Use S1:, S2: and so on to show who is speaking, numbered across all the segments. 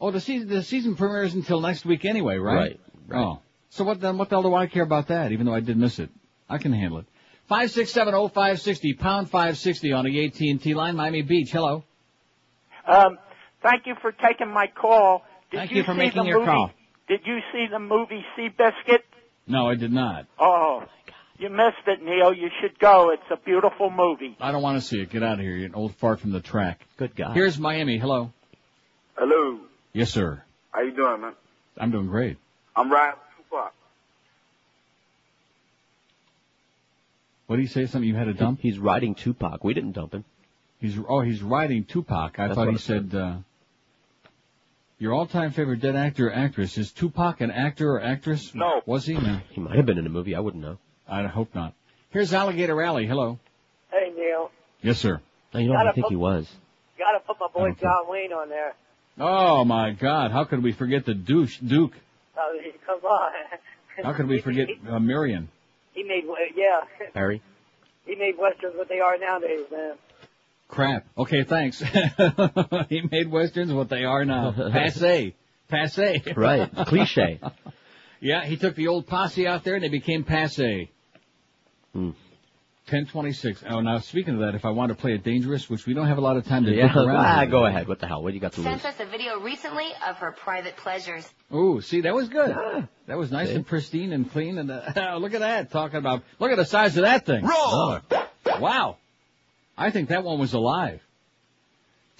S1: Oh, the season the season premiere is until next week anyway, right?
S2: Right, right.
S1: Oh, so what then? What the hell do I care about that? Even though I did miss it, I can handle it. Five six seven oh five sixty pound five sixty on the AT and T line, Miami Beach. Hello.
S3: Um, thank you for taking my call. Did
S1: Thank
S3: you,
S1: you for
S3: see
S1: making
S3: the
S1: your
S3: movie,
S1: call.
S3: Did you see the movie Seabiscuit?
S1: No, I did not.
S3: Oh, you missed it, Neil. You should go. It's a beautiful movie.
S1: I don't want to see it. Get out of here, you old fart from the track.
S2: Good God.
S1: Here's Miami. Hello.
S4: Hello.
S1: Yes, sir.
S4: How you doing, man?
S1: I'm doing great.
S4: I'm riding with Tupac.
S1: What do you say? Something you had a dump?
S2: He's riding Tupac. We didn't dump him.
S1: He's oh, he's riding Tupac. I
S2: That's
S1: thought
S2: what
S1: he
S2: I said.
S1: said. Uh, your all-time favorite dead actor or actress is Tupac an actor or actress?
S4: No.
S1: Was he? No.
S2: He might have been in a movie. I wouldn't know.
S1: I hope not. Here's Alligator Alley. Hello.
S5: Hey, Neil.
S1: Yes, sir.
S2: No, you know,
S5: Gotta
S2: I think
S5: put-
S2: he was.
S5: Gotta put my boy
S1: Okay.
S5: John Wayne on there.
S1: Oh my God! How could we forget the douche Duke?
S5: Oh, come on.
S1: How could we forget
S5: He,
S1: uh, Marion?
S5: he made, yeah,
S2: Barry?
S5: he made westerns what they are nowadays, man.
S1: Crap. Okay, thanks. he made westerns what they are now. Passe. Passe.
S2: Right. Cliche.
S1: Yeah, he took the old posse out there and they became passe. Ten twenty-six. Oh, now speaking of that, if I want to play it dangerous, which we don't have a lot of time to
S2: Yeah.
S1: dick around.
S2: ah,
S1: with.
S2: go ahead. What the hell? What do you got to lose?
S6: Sent us a video recently of her private pleasures.
S1: Ooh, see, that was good. That was nice
S2: Ah. See?
S1: and pristine and clean. And uh, look at that, talking about. Look at the size of that thing.
S2: Roar!
S1: Wow, I think that one was alive.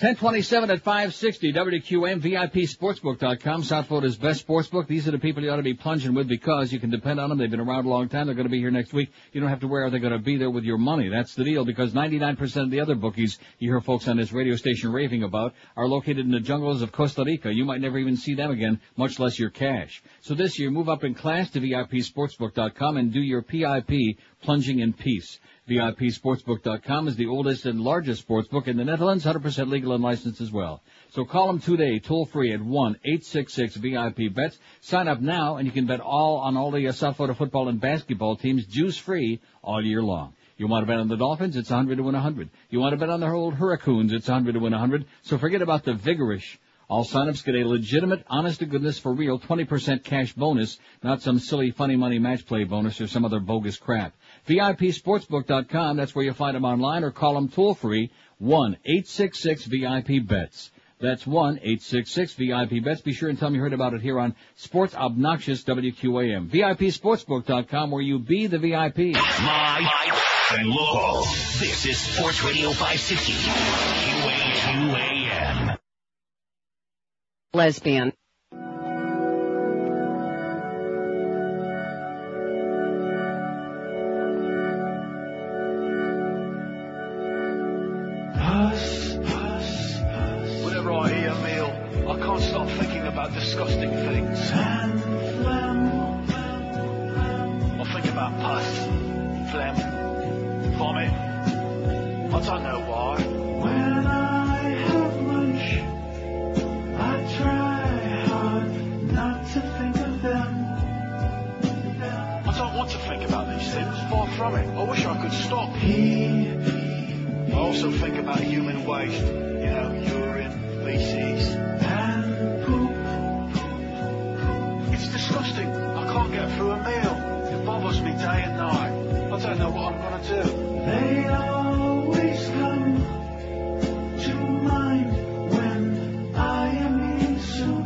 S1: 1027 at 560 WQM VIP Sportsbook.com. South Florida's best sportsbook. These are the people you ought to be plunging with because you can depend on them. They've been around a long time. They're going to be here next week. You don't have to worry. Are they going to be there with your money? That's the deal because 99% of the other bookies you hear folks on this radio station raving about are located in the jungles of Costa Rica. You might never even see them again, much less your cash. So this year, move up in class to VIPSportsbook.com and do your PIP plunging in peace. VIPSportsbook.com is the oldest and largest sportsbook in the Netherlands, 100% legal and licensed as well. So call them today, toll free at 1-866-VIP-BETS. Sign up now and you can bet all on all the uh, South Florida football and basketball teams juice free all year long. You want to bet on the Dolphins? It's 100 to win 100. You want to bet on the old Hurricanes? It's 100 to win 100. So forget about the vigorish. All signups get a legitimate, honest to goodness, for real 20% cash bonus, not some silly funny money match play bonus or some other bogus crap. VIPSportsbook.com, that's where you find them online or call them toll free 1-866-VIP-BETS. That's 1-866-VIP-BETS. Be sure and tell me you heard about it here on Sports Obnoxious WQAM. VIPSportsbook.com where you be the VIP.
S7: Live and local. This is Sports Radio 560. QAM.
S6: Lesbian.
S7: Whenever I eat a meal, I can't stop thinking about disgusting things. I think about pus, phlegm, vomit. I don't know why. When I have lunch, I try hard not to think of them. I don't want to think about these things. Far from it. I wish I could stop. I also think about human waste, you know, urine, feces, and poop. It's disgusting. I can't get through a meal. It bothers me day and night. I don't know what I'm going to do. They always come to mind when I am eating soup.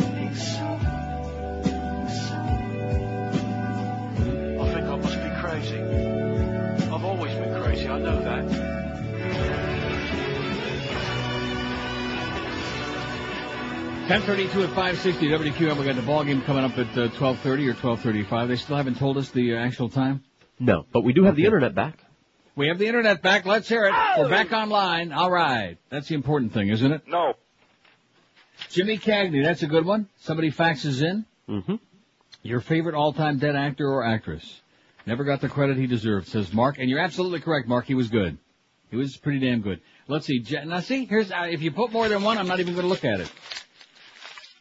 S7: Eating soup. I think I must be crazy. I've always been crazy, I know that.
S1: Ten thirty-two at five sixty WQM. We got the ball game coming up at uh, twelve thirty or twelve thirty-five. They still haven't told us the uh, actual time.
S2: No, but we do have the internet back.
S1: We have the internet back. Let's hear it. We're back online. All right, that's the important thing, isn't it?
S4: No.
S1: Jimmy Cagney, that's a good one. Somebody faxes in
S2: Mm-hmm.
S1: your favorite all-time dead actor or actress. Never got the credit he deserved, says Mark. And you're absolutely correct, Mark. He was good. He was pretty damn good. Let's see. Je- Now see, here's uh, if you put more than one, I'm not even going to look at it.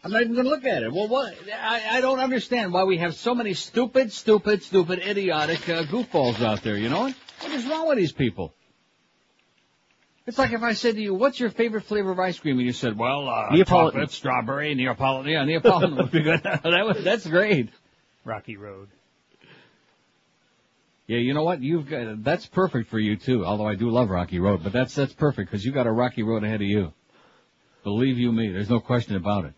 S1: I'm not even going to look at it. Well, what? I, I don't understand why we have so many stupid, stupid, stupid, idiotic uh, goofballs out there. You know what? What is wrong with these people? It's like if I said to you, "What's your favorite flavor of ice cream?" and you said, "Well, uh,
S2: Neapolitan.
S1: chocolate, strawberry, Neapolitan." Yeah, Neapolitan would be good. that was, that's great.
S8: Rocky Road.
S1: Yeah, you know what? You've got that's perfect for you too. Although I do love Rocky Road, but that's that's perfect because you got a rocky road ahead of you. Believe you me, there's no question about it.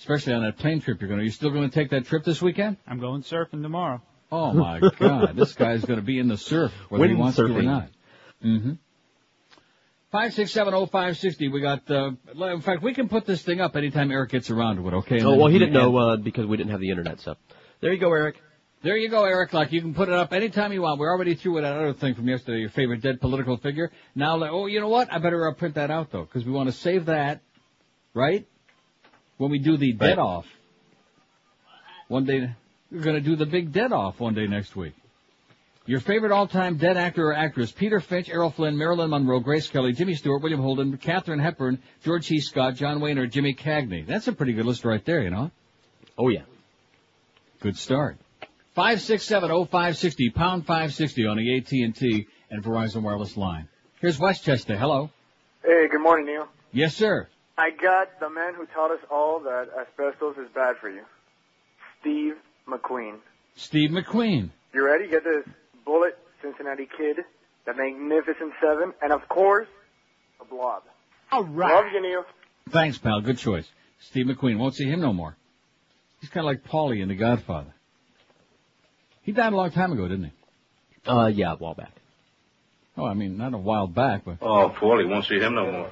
S1: Especially on that plane trip you're going. to. You still going to take that trip this weekend?
S8: I'm going surfing tomorrow.
S1: Oh my God, this guy's going to be in the surf whether he wants to or
S2: Windsurfing.
S1: not. Mm-hmm. Five six seven oh five sixty. We got. Uh, in fact, we can put this thing up anytime Eric gets around to it. Okay. And
S2: Oh
S1: then
S2: well, he
S1: we
S2: didn't
S1: can
S2: know uh, because we didn't have the internet. So there you go, Eric.
S1: There you go, Eric. Like you can put it up anytime you want. We're already through with that other thing from yesterday. Your favorite dead political figure. Now, like, oh, you know what? I better uh, print that out though, because we want to save that, right? When we do the dead
S2: Right.
S1: off. One day, we're gonna do the big dead off one day next week. Your favorite all-time dead actor or actress: Peter Finch, Errol Flynn, Marilyn Monroe, Grace Kelly, Jimmy Stewart, William Holden, Katharine Hepburn, George C. Scott, John Wayne, or Jimmy Cagney. That's a pretty good list right there, you know.
S2: Oh yeah.
S1: Good start. Five six seven oh five sixty pound five sixty on the AT and T and Verizon wireless line. Here's Westchester. Hello.
S4: Hey, good morning, Neil.
S1: Yes, sir.
S4: I got the man who taught us all that asbestos is bad for you, Steve McQueen.
S1: Steve McQueen.
S4: You ready? Get this: Bullet, Cincinnati Kid, The Magnificent Seven, and of course, a Blob.
S8: All
S4: Love you, Neil.
S1: Thanks, pal. Good choice. Steve McQueen. Won't see him no more. He's kind of like Paulie in The Godfather. He died a long time ago, didn't he?
S2: Uh yeah, a while back.
S1: Oh, I mean, not a while back, but
S9: Oh, Paulie won't see him no more.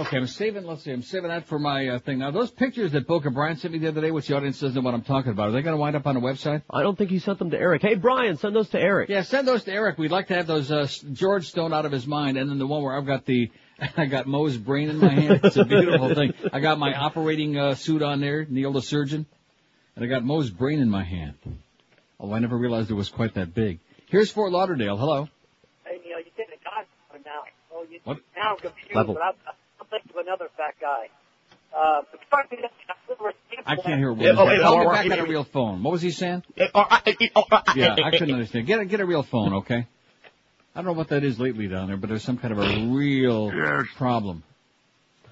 S1: okay. I'm saving. Let's see. I'm saving that for my uh, thing. Now, those pictures that Boca Brian sent me the other day, which the audience doesn't know what I'm talking about, are they going to wind up on a website?
S2: I don't think he sent them to Eric. Hey Brian, send those to Eric.
S1: Yeah, send those to Eric. We'd like to have those uh, George Stone out of his mind, and then the one where I've got the I got Moe's brain in my hand. It's a beautiful thing. I got my operating uh, suit on there, Neil the surgeon, and I got Moe's brain in my hand. Oh, I never realized it was quite that big. Here's Fort Lauderdale. Hello.
S5: Hey, Neil, you did a godfather now. Oh, you,
S1: What?
S5: Now I'm confused,
S2: Level.
S5: but I'm, I'm thinking of another fat guy. Uh, but fuck me, that's- that's what we're-
S1: I can't hear what
S7: Yeah,
S1: he's
S7: oh,
S1: saying.
S7: hey,
S1: Call
S7: oh,
S1: me
S7: oh,
S1: back
S7: oh,
S1: on a
S7: oh,
S1: real phone. What was he saying? Yeah,
S7: Yeah,
S1: I couldn't understand. Get a get a real phone, okay? I don't know what that is lately down there, but there's some kind of a real problem.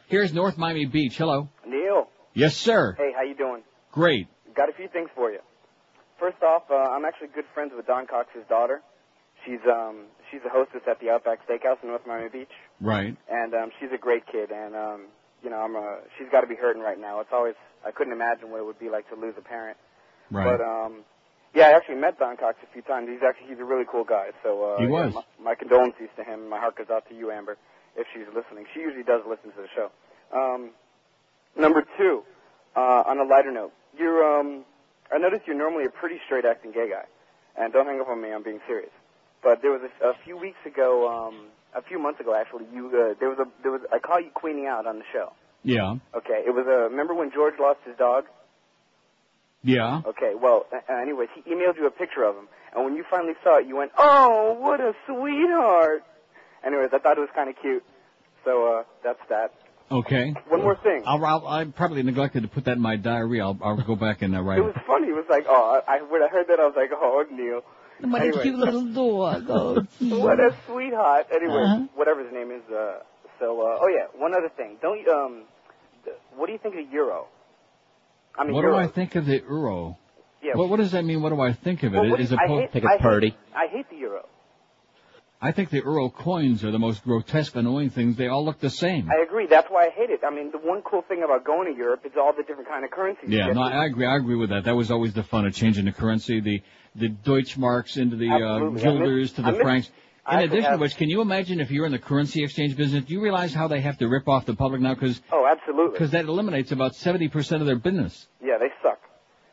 S1: Here's North Miami Beach. Hello.
S4: Neil,
S1: Yes, sir.
S4: hey, how you doing?
S1: Great.
S4: Got a few things for you. First off, uh, I'm actually good friends with Don Cox's daughter. She's um she's a hostess at the Outback Steakhouse in North Miami Beach,
S1: Right.
S4: and um, she's a great kid. And um, you know, I'm a she's got to be hurting right now. It's always I couldn't imagine what it would be like to lose a parent.
S1: Right.
S4: But um, yeah, I actually met Don Cox a few times. He's actually he's a really cool guy. So uh,
S1: He
S4: yeah,
S1: was.
S4: my, my condolences to him. My heart goes out to you, Amber, if she's listening. She usually does listen to the show. Um, number two, uh, on a lighter note, you're um, I noticed you're normally a pretty straight acting gay guy, and don't hang up on me. I'm being serious. But there was a, a few weeks ago, um, a few months ago actually, you uh, there was a there was I call you Queenie out on the show.
S1: yeah.
S4: Okay, it was a remember when George lost his dog.
S1: Yeah.
S4: Okay, well, uh, anyways, he emailed you a picture of him, and when you finally saw it, you went, "Oh, what a sweetheart." Anyways, I thought it was kind of cute, so uh, that's that.
S1: Okay.
S4: One more thing.
S1: I'll, I'll, I probably neglected to put that in my diary. I'll, I'll go back and uh, write
S4: It was
S1: it.
S4: funny. It was like, oh, I, I- when I heard that, I was like, oh, Neil, Anyway.
S2: little dog. Oh,
S4: what a sweetheart. Anyway,
S1: Uh-huh.
S4: whatever his name is. Uh, so, uh, oh yeah, one other thing. Don't you, um, th- what do you think of the euro? I mean,
S1: What do
S4: euro.
S1: I think of the euro?
S4: Yeah.
S1: What, what does that mean? What do I think of it?
S4: Well, what
S1: Is
S4: do
S1: it
S4: you-
S1: po-
S4: I hate,
S2: Take a
S4: I hate-
S2: party.
S4: I hate the euro.
S1: I think the euro coins are the most grotesque, annoying things. They all look the same.
S4: I agree. That's why I hate it. I mean, the one cool thing about going to Europe is all the different kind of currencies. you
S1: yeah,
S4: get.
S1: no, I agree. I agree with that. That was always the fun of changing the currency, the the Deutschmarks into the uh,
S4: Absolutely. I miss-
S1: guilders to
S4: I
S1: the
S4: miss-
S1: francs. In
S4: I
S1: addition to
S4: have-
S1: which, can you imagine if you're in the currency exchange business? Do you realize how they have to rip off the public now? Because
S4: oh, absolutely.
S1: that eliminates about seventy percent of their business.
S4: Yeah, they suck.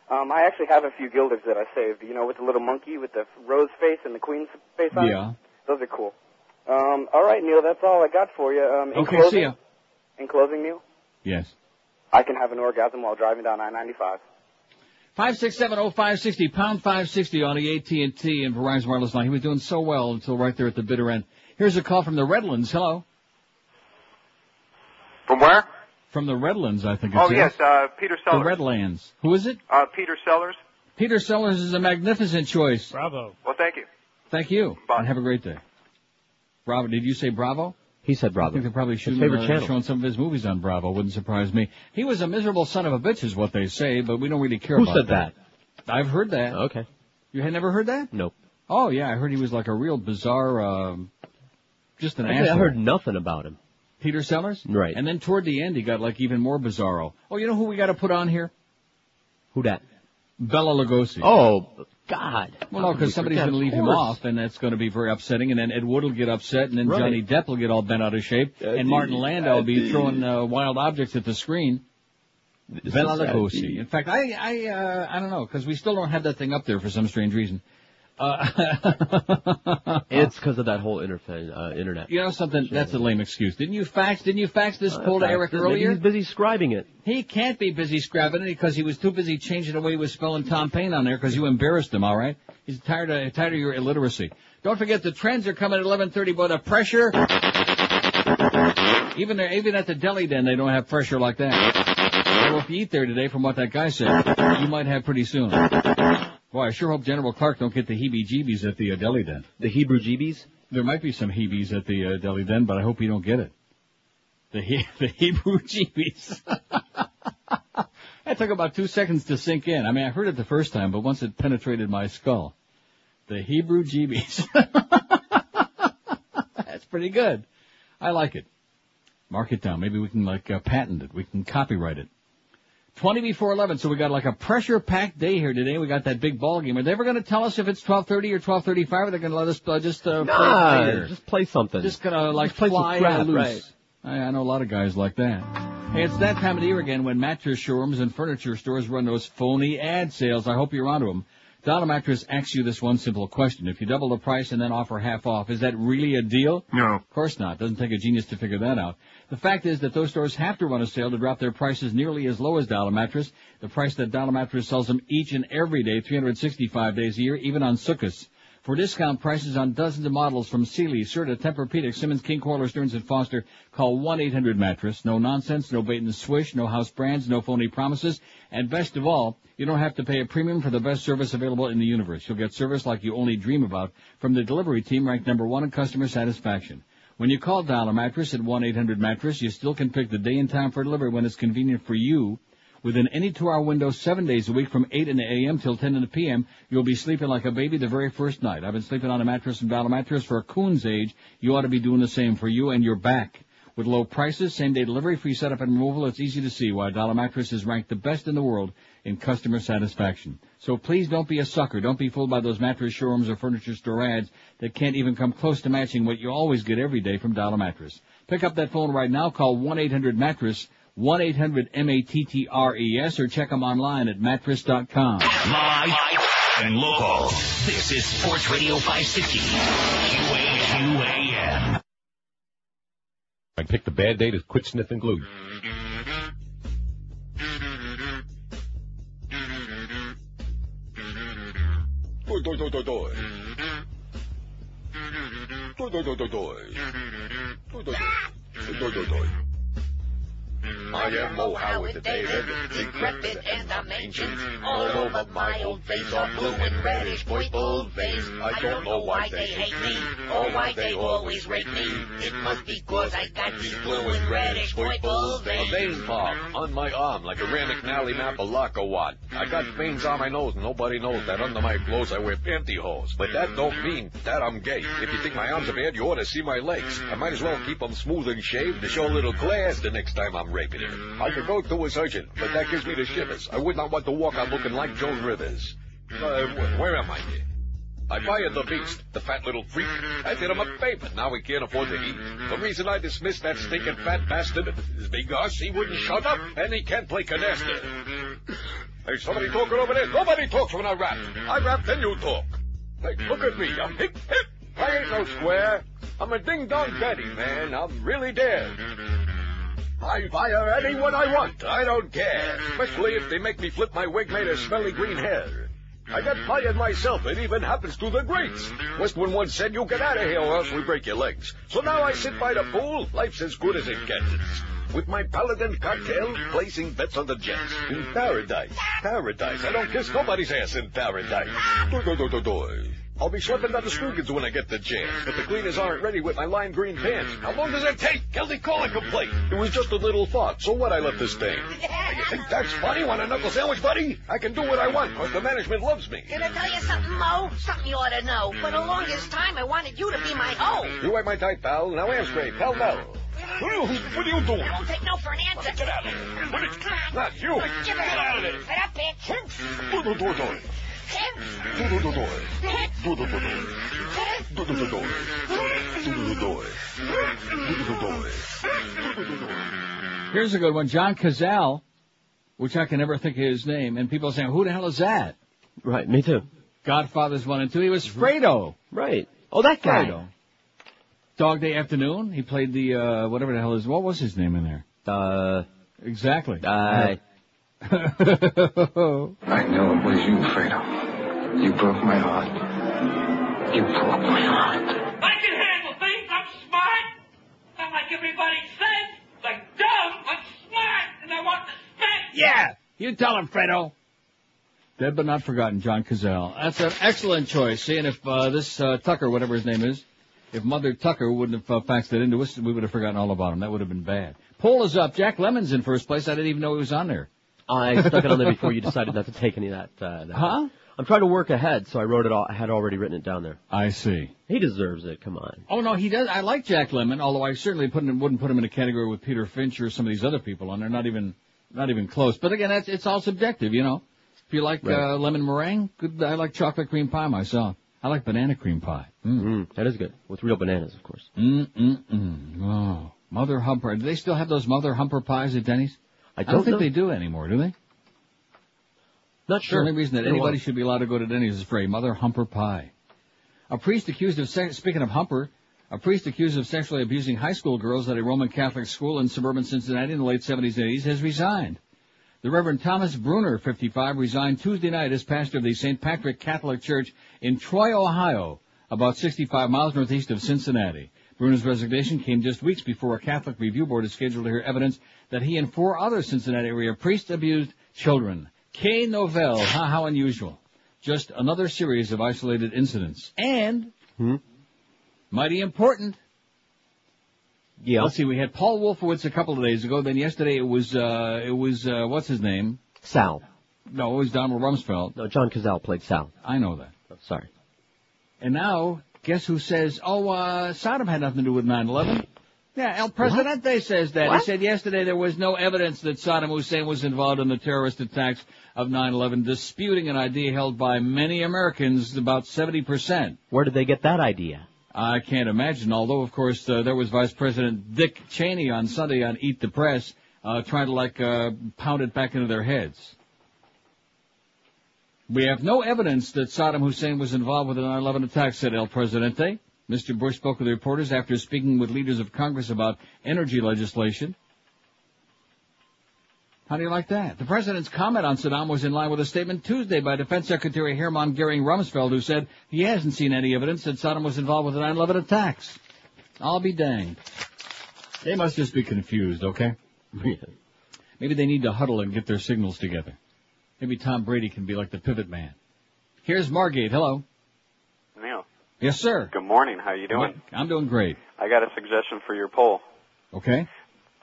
S4: Um, I actually have a few guilders that I saved. You know, with the little monkey with the rose face and the queen's face on
S1: Yeah.
S4: it. Those are cool. Um, all right, Neil, that's all I got for you. Um, in
S1: Okay,
S4: closing,
S1: see ya.
S4: In closing, Neil,
S1: Yes.
S4: I can have an orgasm while driving down I-95.
S1: Five six seven oh five sixty pound five sixty on the AT and T and Verizon wireless line. He was doing so well until right there at the bitter end. Here's a call from the Redlands. Hello,
S9: From where?
S1: from the Redlands, I think it's
S9: Oh, yes, uh, Peter
S1: the
S9: Sellers.
S1: Redlands. Who is it?
S9: Uh, Peter Sellers.
S1: Peter Sellers is a magnificent choice.
S8: Bravo.
S9: Well, thank you.
S1: Thank you,
S9: Bye.
S1: and have a great day. Bravo. Did you say bravo?
S2: He said Bravo. I think
S1: they're probably
S2: His
S1: shooting,
S2: favorite
S1: uh,
S2: channel.
S1: showing some of his movies on Bravo. Wouldn't surprise me. He was a miserable son of a bitch, is what they say, but we don't really care
S2: Who
S1: about
S2: said
S1: that. I've heard that.
S2: Okay.
S1: You had never heard that?
S2: Nope.
S1: Oh yeah, I heard he was like a real bizarre, um, just an
S2: Actually, I
S1: asshole.
S2: heard nothing about him.
S1: Peter Sellers.
S2: Right.
S1: And then toward the end, he got like even more bizarro. Oh, you know who we got to put on here?
S2: Who that?
S1: Bella Lugosi.
S2: Oh, God.
S1: Well, no,
S2: How could we
S1: because somebody's
S2: forget?
S1: going to leave
S2: Of
S1: him
S2: course.
S1: off, and that's going to be very upsetting. And then Ed Wood will get upset, and then
S2: Right. Uh,
S1: Johnny Depp will get all bent out of shape, and Martin Landau will be throwing uh, wild objects at the screen. Bela
S2: is
S1: Lugosi. In fact, I I uh, I don't know because we still don't have that thing up there for some strange reason. Uh,
S2: It's because of that whole interfe- uh, internet.
S1: you know something? That's a lame excuse. Didn't you fax? Didn't you fax this poll to
S2: faxed
S1: Eric
S2: it. Maybe
S1: earlier?
S2: he's busy scribing it.
S1: He can't be busy scrabbing it because he was too busy changing the way he was spelling Tom Paine on there because you embarrassed him, all right? He's tired of, tired of your illiteracy. Don't forget the trends are coming at 11:30, but the pressure, even there, even at the deli den, they don't have pressure like that. So if you eat there today, from what that guy said, you might have pretty soon. Boy, I sure hope General Clark don't get the heebie-jeebies at the uh, deli den.
S2: The Hebrew jeebies?
S1: There might be some heebies at the uh, deli den, but I hope you don't get it. The he- the Hebrew jeebies. that took about two seconds to sink in. I mean, I heard it the first time, but once it penetrated my skull, the Hebrew jeebies. That's pretty good. I like it. Mark it down. Maybe we can like uh, patent it. We can copyright it. 20 before 11, so we got like a pressure-packed day here today. We got that big ball game. Are they ever going to tell us if it's 12:30 or 12:35? Or they're going to let us uh, just uh, play it
S2: Nah,
S1: later?
S2: just play something.
S1: Just gonna like
S2: play some
S1: fly
S2: crap,
S1: out loose.
S2: right.
S1: I, I know a lot of guys like that. Hey, it's that time of the year again when mattress showrooms and furniture stores run those phony ad sales. I hope you're onto them. Dollar Mattress asks you this one simple question. If you double the price and then offer half off, is that really a deal?
S9: No.
S1: Of course not. Doesn't take a genius to figure that out. The fact is that those stores have to run a sale to drop their prices nearly as low as Dollar Mattress, the price that Dollar Mattress sells them each and every day, 365 days a year, even on Sukkot. For discount prices on dozens of models from Sealy, Serta, Tempur-Pedic, Simmons, King Coiler, Stearns, and Foster, call 1-800-MATTRESS. No nonsense, no bait and swish, no house brands, no phony promises, and best of all, you don't have to pay a premium for the best service available in the universe. You'll get service like you only dream about from the delivery team ranked number one in customer satisfaction. When you call Dollar Mattress at 1-800-MATTRESS, you still can pick the day and time for delivery when it's convenient for you. Within any two-hour window, seven days a week from 8 in the a.m. till 10 in the p.m., you'll be sleeping like a baby the very first night. I've been sleeping on a mattress and Dollar Mattress for a coon's age. You ought to be doing the same for you and your back. With low prices, same-day delivery, free setup and removal, it's easy to see why Dollar Mattress is ranked the best in the world in customer satisfaction. So please don't be a sucker. Don't be fooled by those mattress showrooms or furniture store ads that can't even come close to matching what you always get every day from Dollar Mattress. Pick up that phone right now. Call 1-800-MATTRESS, 1-800-M-A-T-T-R-E-S, E or check them online at mattress.com.
S7: Live and local. This is Sports Radio 560. QAQAM.
S10: I picked a bad day to quit sniffing glue.
S11: Doi, doi, doi, doi, doi. Doi, doi, doi, doi, doi. Doi, doi, doi. Doi, doi, doi. I am Mo Howard the David, decrepit and I'm ancient. All over my old face are blue and reddish purple veins. I don't know why they hate me, or why they always rate me. It must be cause I got these blue and reddish purple
S10: A
S11: veins.
S10: vein pop on my arm like a Ram McNally map of Lockawat. I got veins on my nose, and nobody knows that under my clothes I wear pantyhose. But that don't mean that I'm gay. If you think my arms are bad, you ought to see my legs. I might as well keep 'em smooth and shaved to show a little glass the next time I'm raping her. I could go to a surgeon, but that gives me the shivers. I would not want to walk out looking like Joan Rivers. Uh, wh- where am I? I fired the beast, the fat little freak. I did him a favor. Now he can't afford to eat. The reason I dismissed that stinking fat bastard is because he wouldn't shut up and he can't play canasta. Hey, somebody talking over there. Nobody talks when I rap. I rap, then you talk. Hey, look at me. I'm hip, hip. I ain't no square. I'm a ding-dong Betty, man. I'm really dead. I fire anyone I want. I don't care. Especially if they make me flip my wig made of smelly green hair. I got fired myself. It even happens to the greats. Westwood once said, you get out of here or else we break your legs. So now I sit by the pool. Life's as good as it gets. With my paladin cocktail, placing bets on the Jets. In paradise. Paradise. I don't kiss nobody's ass in paradise.
S11: Doi, doi, doi, doi, doi.
S10: I'll be schlepping down the Scroogans when I get the chance, but the cleaners aren't ready with my lime green pants. How long does that take? Guilty calling complaint. It was just a little thought, so what I left this thing? You think that's funny? Want a knuckle sandwich, buddy? I can do what I want, because the management loves me.
S6: Did I tell you something, Mo? Something you ought to know. For the longest time, I wanted you to be my hoe.
S10: You ain't my type, pal. Now answer straight. Pal, no. What are you doing?
S6: I don't take no for an answer. Get out of here. What is
S10: Not you.
S6: Get
S10: out of there.
S6: Get up, bitch.
S10: Do-do-do-do. Do-do-do-do. Do-do-do-do. Do-do-do-do. Do-do-do-do. Do-do-do-do.
S1: Here's a good one. John Cazale, which I can never think of his name, and people are saying, who the hell is that?
S2: Right, me too.
S1: Godfathers 1 and 2. He was Fredo.
S2: Mm-hmm. Right. Oh, that guy.
S1: Fredo. Dog Day Afternoon. He played the, uh, whatever the hell is, what was his name in there?
S2: Uh.
S1: Exactly.
S2: I.
S12: I know it was you, Fredo. You broke my heart. You broke my heart.
S13: I can handle things. I'm smart. Not like everybody says. Like dumb. I'm smart, and I want respect.
S1: Yeah. You tell him, Fredo. Dead but not forgotten, John Cazale. That's an excellent choice. Seeing if uh, this uh, Tucker, whatever his name is, if Mother Tucker wouldn't have uh, faxed it into us, we would have forgotten all about him. That would have been bad. Poll is up. Jack Lemon's in first place. I didn't even know he was on there.
S2: I stuck it on there before you decided not to take any of that. Uh, that huh? I'm trying to work ahead, so I wrote it all. I had already written it down there.
S1: I see.
S2: He deserves it. Come on.
S1: Oh no, he does. I like Jack Lemmon, although I certainly put him, wouldn't put him in a category with Peter Finch or some of these other people on there. Not even, not even close. But again, that's it's all subjective, you know. If you like
S2: Right.
S1: uh, lemon meringue, good. I like chocolate cream pie myself. I like banana cream pie.
S2: Mm, that is good with real bananas, of course.
S1: Hmm. Mm mm mm. Oh, mother humper. Do they still have those mother humper pies at Denny's? I
S2: don't
S1: think
S2: know.
S1: they do anymore, do they?
S2: Not
S1: sure. The only reason that
S2: Been a while.
S1: anybody should be allowed to go to Denny's is for a mother humper pie. A priest accused of sex, speaking of humper, a priest accused of sexually abusing high school girls at a Roman Catholic school in suburban Cincinnati in the late 70s and 80s has resigned. The Reverend Thomas Bruner, 55, resigned Tuesday night as pastor of the St. Patrick Catholic Church in Troy, Ohio, about 65 miles northeast of Cincinnati. Bruner's resignation came just weeks before a Catholic review board is scheduled to hear evidence that he and four other Cincinnati area priests abused children. K. Novell, how, how unusual. Just another series of isolated incidents. And,
S2: Hmm?
S1: mighty important,
S2: Yeah.
S1: Let's see. We had Paul Wolfowitz a couple of days ago. Then yesterday it was uh it was uh what's his name?
S2: Sal.
S1: No, it was Donald Rumsfeld.
S2: No, John Cazale played Sal. Oh,
S1: I know that.
S2: Sorry.
S1: And now guess who says? Oh, uh Sodom had nothing to do with 9/11. Yeah, El Presidente says that. He said yesterday there was no evidence that Saddam Hussein was involved in the terrorist attacks of 9/11, disputing an idea held by many Americans, about 70 percent.
S2: Where did they get that idea?
S1: I can't imagine. Although, of course, uh, there was Vice President Dick Cheney on Sunday on Eat the Press uh, trying to like uh, pound it back into their heads. We have no evidence that Saddam Hussein was involved with the 9/11 attack," said El Presidente. Mr. Bush spoke with reporters after speaking with leaders of Congress about energy legislation. How do you like that? The president's comment on Saddam was in line with a statement Tuesday by Defense Secretary Hermann Goering Rumsfeld, who said he hasn't seen any evidence that Saddam was involved with the 9/11 attacks. I'll be danged. They must just be confused, okay? Maybe they need to huddle and get their signals together. Maybe Tom Brady can be like the pivot man. Here's Margate. Hello.
S14: Neil,
S1: Yes, sir.
S14: good morning. How you doing?
S1: I'm doing great.
S14: I got a suggestion for your poll.
S1: Okay.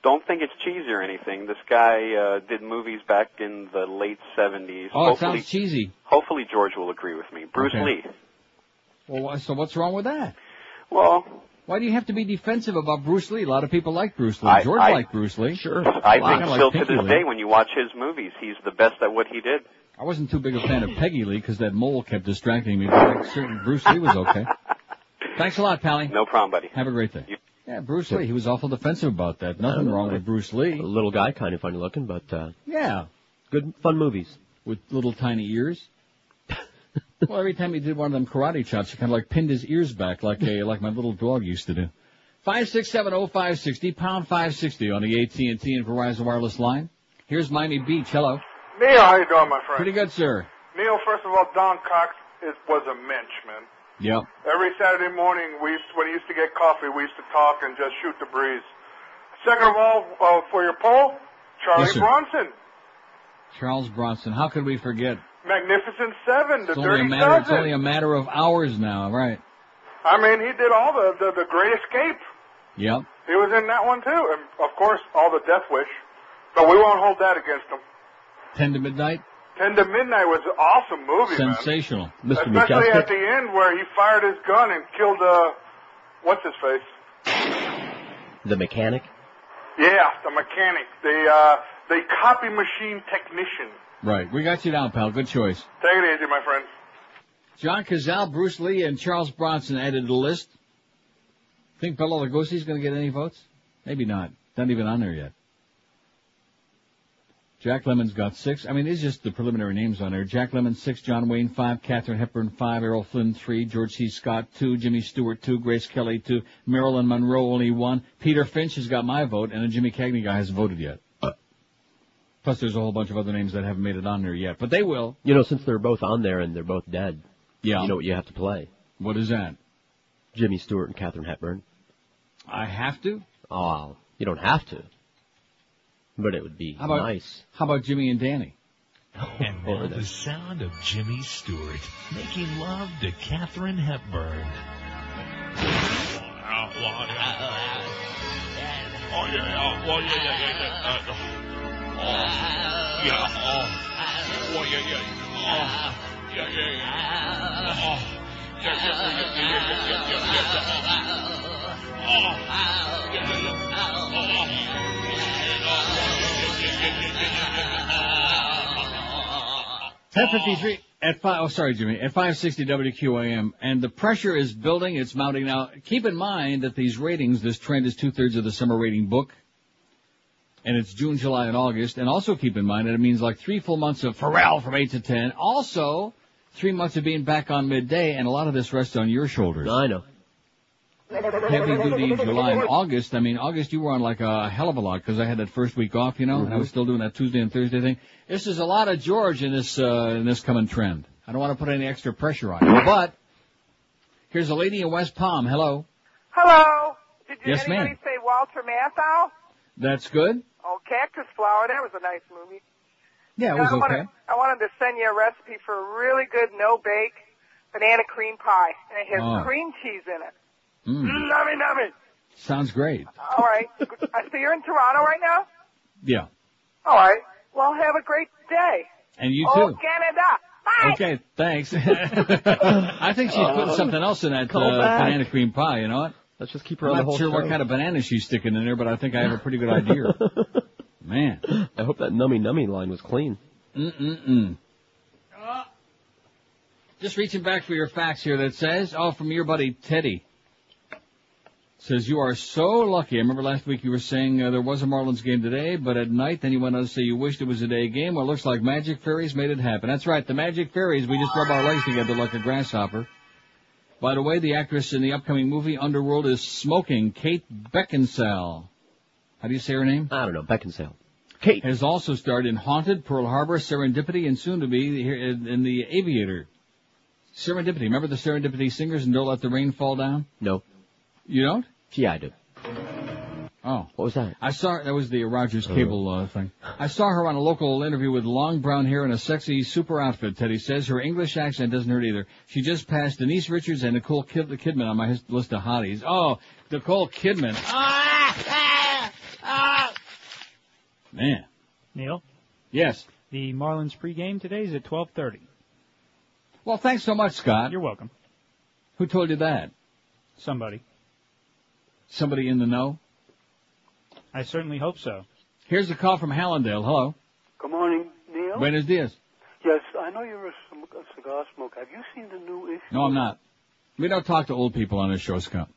S14: Don't think it's cheesy or anything. This guy uh, did movies back in the late 70s.
S1: Oh, it
S14: hopefully,
S1: sounds cheesy.
S14: hopefully George will agree with me. Bruce
S1: Okay.
S14: Lee.
S1: Well, why- so what's wrong with that?
S14: Well,
S1: Why do you have to be defensive about Bruce Lee? A lot of people like Bruce Lee.
S14: I-
S1: George
S14: I-
S1: liked Bruce Lee. Sure.
S14: I think still to this day, when you watch his movies, he's the best at what he did.
S1: I wasn't too big a fan of Peggy Lee because that mole kept distracting me. But I'm certain Bruce Lee was okay. Thanks a lot, Pally.
S14: No problem, buddy.
S1: Have a great day. Yeah, Bruce Lee. He was awful defensive about that. Nothing wrong with Bruce Lee.
S2: Um, A little guy, kind of funny looking, but uh,
S1: Yeah,
S2: good, fun movies.
S1: with little tiny ears. well, every time he did one of them karate chops, he kind of like pinned his ears back, like a like my little dog used to do. Five six seven oh five sixty pound five sixty on the AT and T and Verizon wireless line. Here's Miami Beach. Hello.
S15: Neil, how you doing, my friend?
S1: Pretty good, sir.
S15: Neil, first of all, Don Cox is, was a mensch, man.
S1: Yep.
S15: Every Saturday morning, we used, when he used to get coffee, we used to talk and just shoot the breeze. Second of all, uh, for your poll, Charlie
S1: Yes, sir.
S15: Bronson.
S1: Charles Bronson. How could we forget?
S15: Magnificent Seven, The
S1: It's only a
S15: Dirty
S1: matter. It's
S15: Dozen.
S1: only a matter of hours now, right?
S15: I mean, he did all the, the the Great Escape.
S1: Yep.
S15: He was in that one too, and of course, all the Death Wish. But we won't hold that against him.
S1: Ten to midnight.
S15: Ten to Midnight was an awesome movie, man.
S1: Sensational,
S15: Especially at the end where he fired his gun and killed uh, what's his face?
S2: The mechanic.
S15: Yeah, the mechanic, the uh, the copy machine technician.
S1: Right. We got you down, pal. Good choice.
S15: Take it easy, my friend.
S1: John Cazal, Bruce Lee, and Charles Bronson added to the list. Think Bella Lugosi's going to get any votes? Maybe not. Not even on there yet. Jack Lemon's got six. I mean, these are just the preliminary names on there. Jack Lemon six, John Wayne five, Catherine Hepburn five, Errol Flynn three, George C. Scott two, Jimmy Stewart two, Grace Kelly two, Marilyn Monroe only one, Peter Finch has got my vote, and a Jimmy Cagney guy hasn't voted yet. Plus, there's a whole bunch of other names that haven't made it on there yet, but they will.
S2: You know, since they're both on there and they're both dead.
S1: Yeah.
S2: You know what you have to play.
S1: What is that?
S2: Jimmy Stewart and Katherine Hepburn.
S1: I have to.
S2: Oh, you don't have to. But it would be
S1: How about
S2: nice.
S1: how about Jimmy and Danny?
S16: And now the sound of Jimmy Stewart making love to Katherine Hepburn.
S7: Oh, yeah, yeah, oh, yeah, yeah, yeah, yeah. Uh, oh, yeah, oh, oh, yeah, yeah, yeah, oh, yeah, yeah, yeah, oh, yeah, yeah, yeah, yeah, yeah, yeah, yeah, yeah, yeah, oh, oh, yeah, yeah, yeah, oh, oh, yeah, yeah, yeah, yeah, yeah, yeah, yeah, oh.
S1: 1053 at 5, oh sorry Jimmy, at 560 WQAM, and the pressure is building, it's mounting now. Keep in mind that these ratings, this trend is two-thirds of the summer rating book, and it's June, July, and August, and also keep in mind that it means like three full months of Pharrell from 8 to 10, also three months of being back on midday, and a lot of this rests on your shoulders.
S2: I know.
S1: Heavy duty July and August. I mean, August you were on like a hell of a lot because I had that first week off, you know, and I
S2: Mm-hmm.
S1: was still doing that Tuesday and Thursday thing. This is a lot of George in this uh, in this coming trend. I don't want to put any extra pressure on you, but here's a lady in West Palm. Hello,
S17: Hello. Did you
S1: Yes,
S17: anybody
S1: ma'am.
S17: say Walter Matthau?
S1: that's good.
S17: Oh, Cactus Flower. That was a nice movie.
S1: Yeah, it
S17: Now,
S1: was
S17: I wanted,
S1: okay.
S17: I wanted to send you a recipe for a really good no-bake banana cream pie, and it has
S1: Oh.
S17: cream cheese in it.
S1: Mm,
S17: Nummy, nummy.
S1: sounds great.
S17: All right. I see you're in Toronto right now.
S1: Yeah,
S17: All right. Well, have a great day.
S1: and you
S17: oh,
S1: too.
S17: Canada. Bye.
S1: Okay, thanks. I think she's putting
S2: Oh.
S1: something else in that
S2: Call
S1: uh,
S2: back.
S1: banana cream pie. You know what?
S2: Let's just keep her
S1: I'm
S2: on the
S1: not
S2: whole
S1: sure
S2: show.
S1: what kind of banana she's sticking in there, but I think I have a pretty good idea. Man.
S2: I hope that nummy nummy line was clean.
S1: Mm-mm-mm. Just reaching back for your facts here that says, oh, from your buddy Teddy. Says, you are so lucky. I remember last week you were saying uh, there was a Marlins game today, but at night, then you went on to say you wished it was a day game. Well, it looks like Magic Fairies made it happen. That's right, the Magic Fairies, we just rub our legs together like a grasshopper. By the way, the actress in the upcoming movie Underworld is smoking Kate Beckinsale. How do you say her name?
S2: I don't know, Beckinsale.
S1: Kate has also starred in Haunted, Pearl Harbor, Serendipity, and soon to be here in, in The Aviator. Serendipity. Remember the Serendipity singers and Don't Let the Rain Fall Down?
S2: No.
S1: You don't?
S2: Yeah, I do.
S1: Oh.
S2: What was that?
S1: I saw that was the Rogers
S2: Uh-huh.
S1: cable uh, thing. I saw her on a local interview with long brown hair and a sexy super outfit. Teddy says her English accent doesn't hurt either. She just passed Denise Richards and Nicole Kid- Kidman on my his- list of hotties. Oh, Nicole Kidman. Man.
S8: Neil,
S1: Yes.
S8: the Marlins pregame today is at 12:30.
S1: Well, thanks so much, Scott.
S8: You're welcome.
S1: Who told you that?
S8: Somebody.
S1: Somebody in the know?
S8: I certainly hope so.
S1: Here's a call from Hallandale. Hello.
S18: Good morning, Neil.
S1: Buenos dias.
S18: Yes, I know you're a, sm- a cigar smoker. Have you seen the new issue?
S1: No, I'm not. We don't talk to old people on this show, Scott.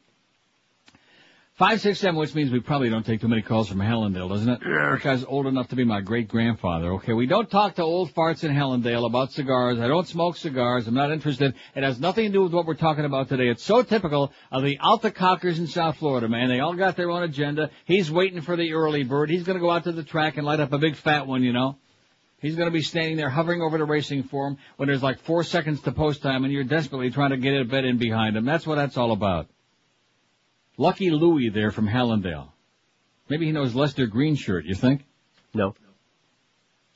S1: 567, which means we probably don't take too many calls from Hallandale, doesn't it? Yeah. This guy's old enough to be my great grandfather, okay? We don't talk to old farts in Hallandale about cigars. I don't smoke cigars. I'm not interested. It has nothing to do with what we're talking about today. It's so typical of the Alta Cockers in South Florida, man. They all got their own agenda. He's waiting for the early bird. He's gonna go out to the track and light up a big fat one, you know? He's going to be standing there hovering over the racing form when there's like four seconds to post time and you're desperately trying to get a bet in behind him. That's what that's all about. Lucky Louie there from Hallandale. Maybe he knows Lester Green Shirt, you think?
S2: No.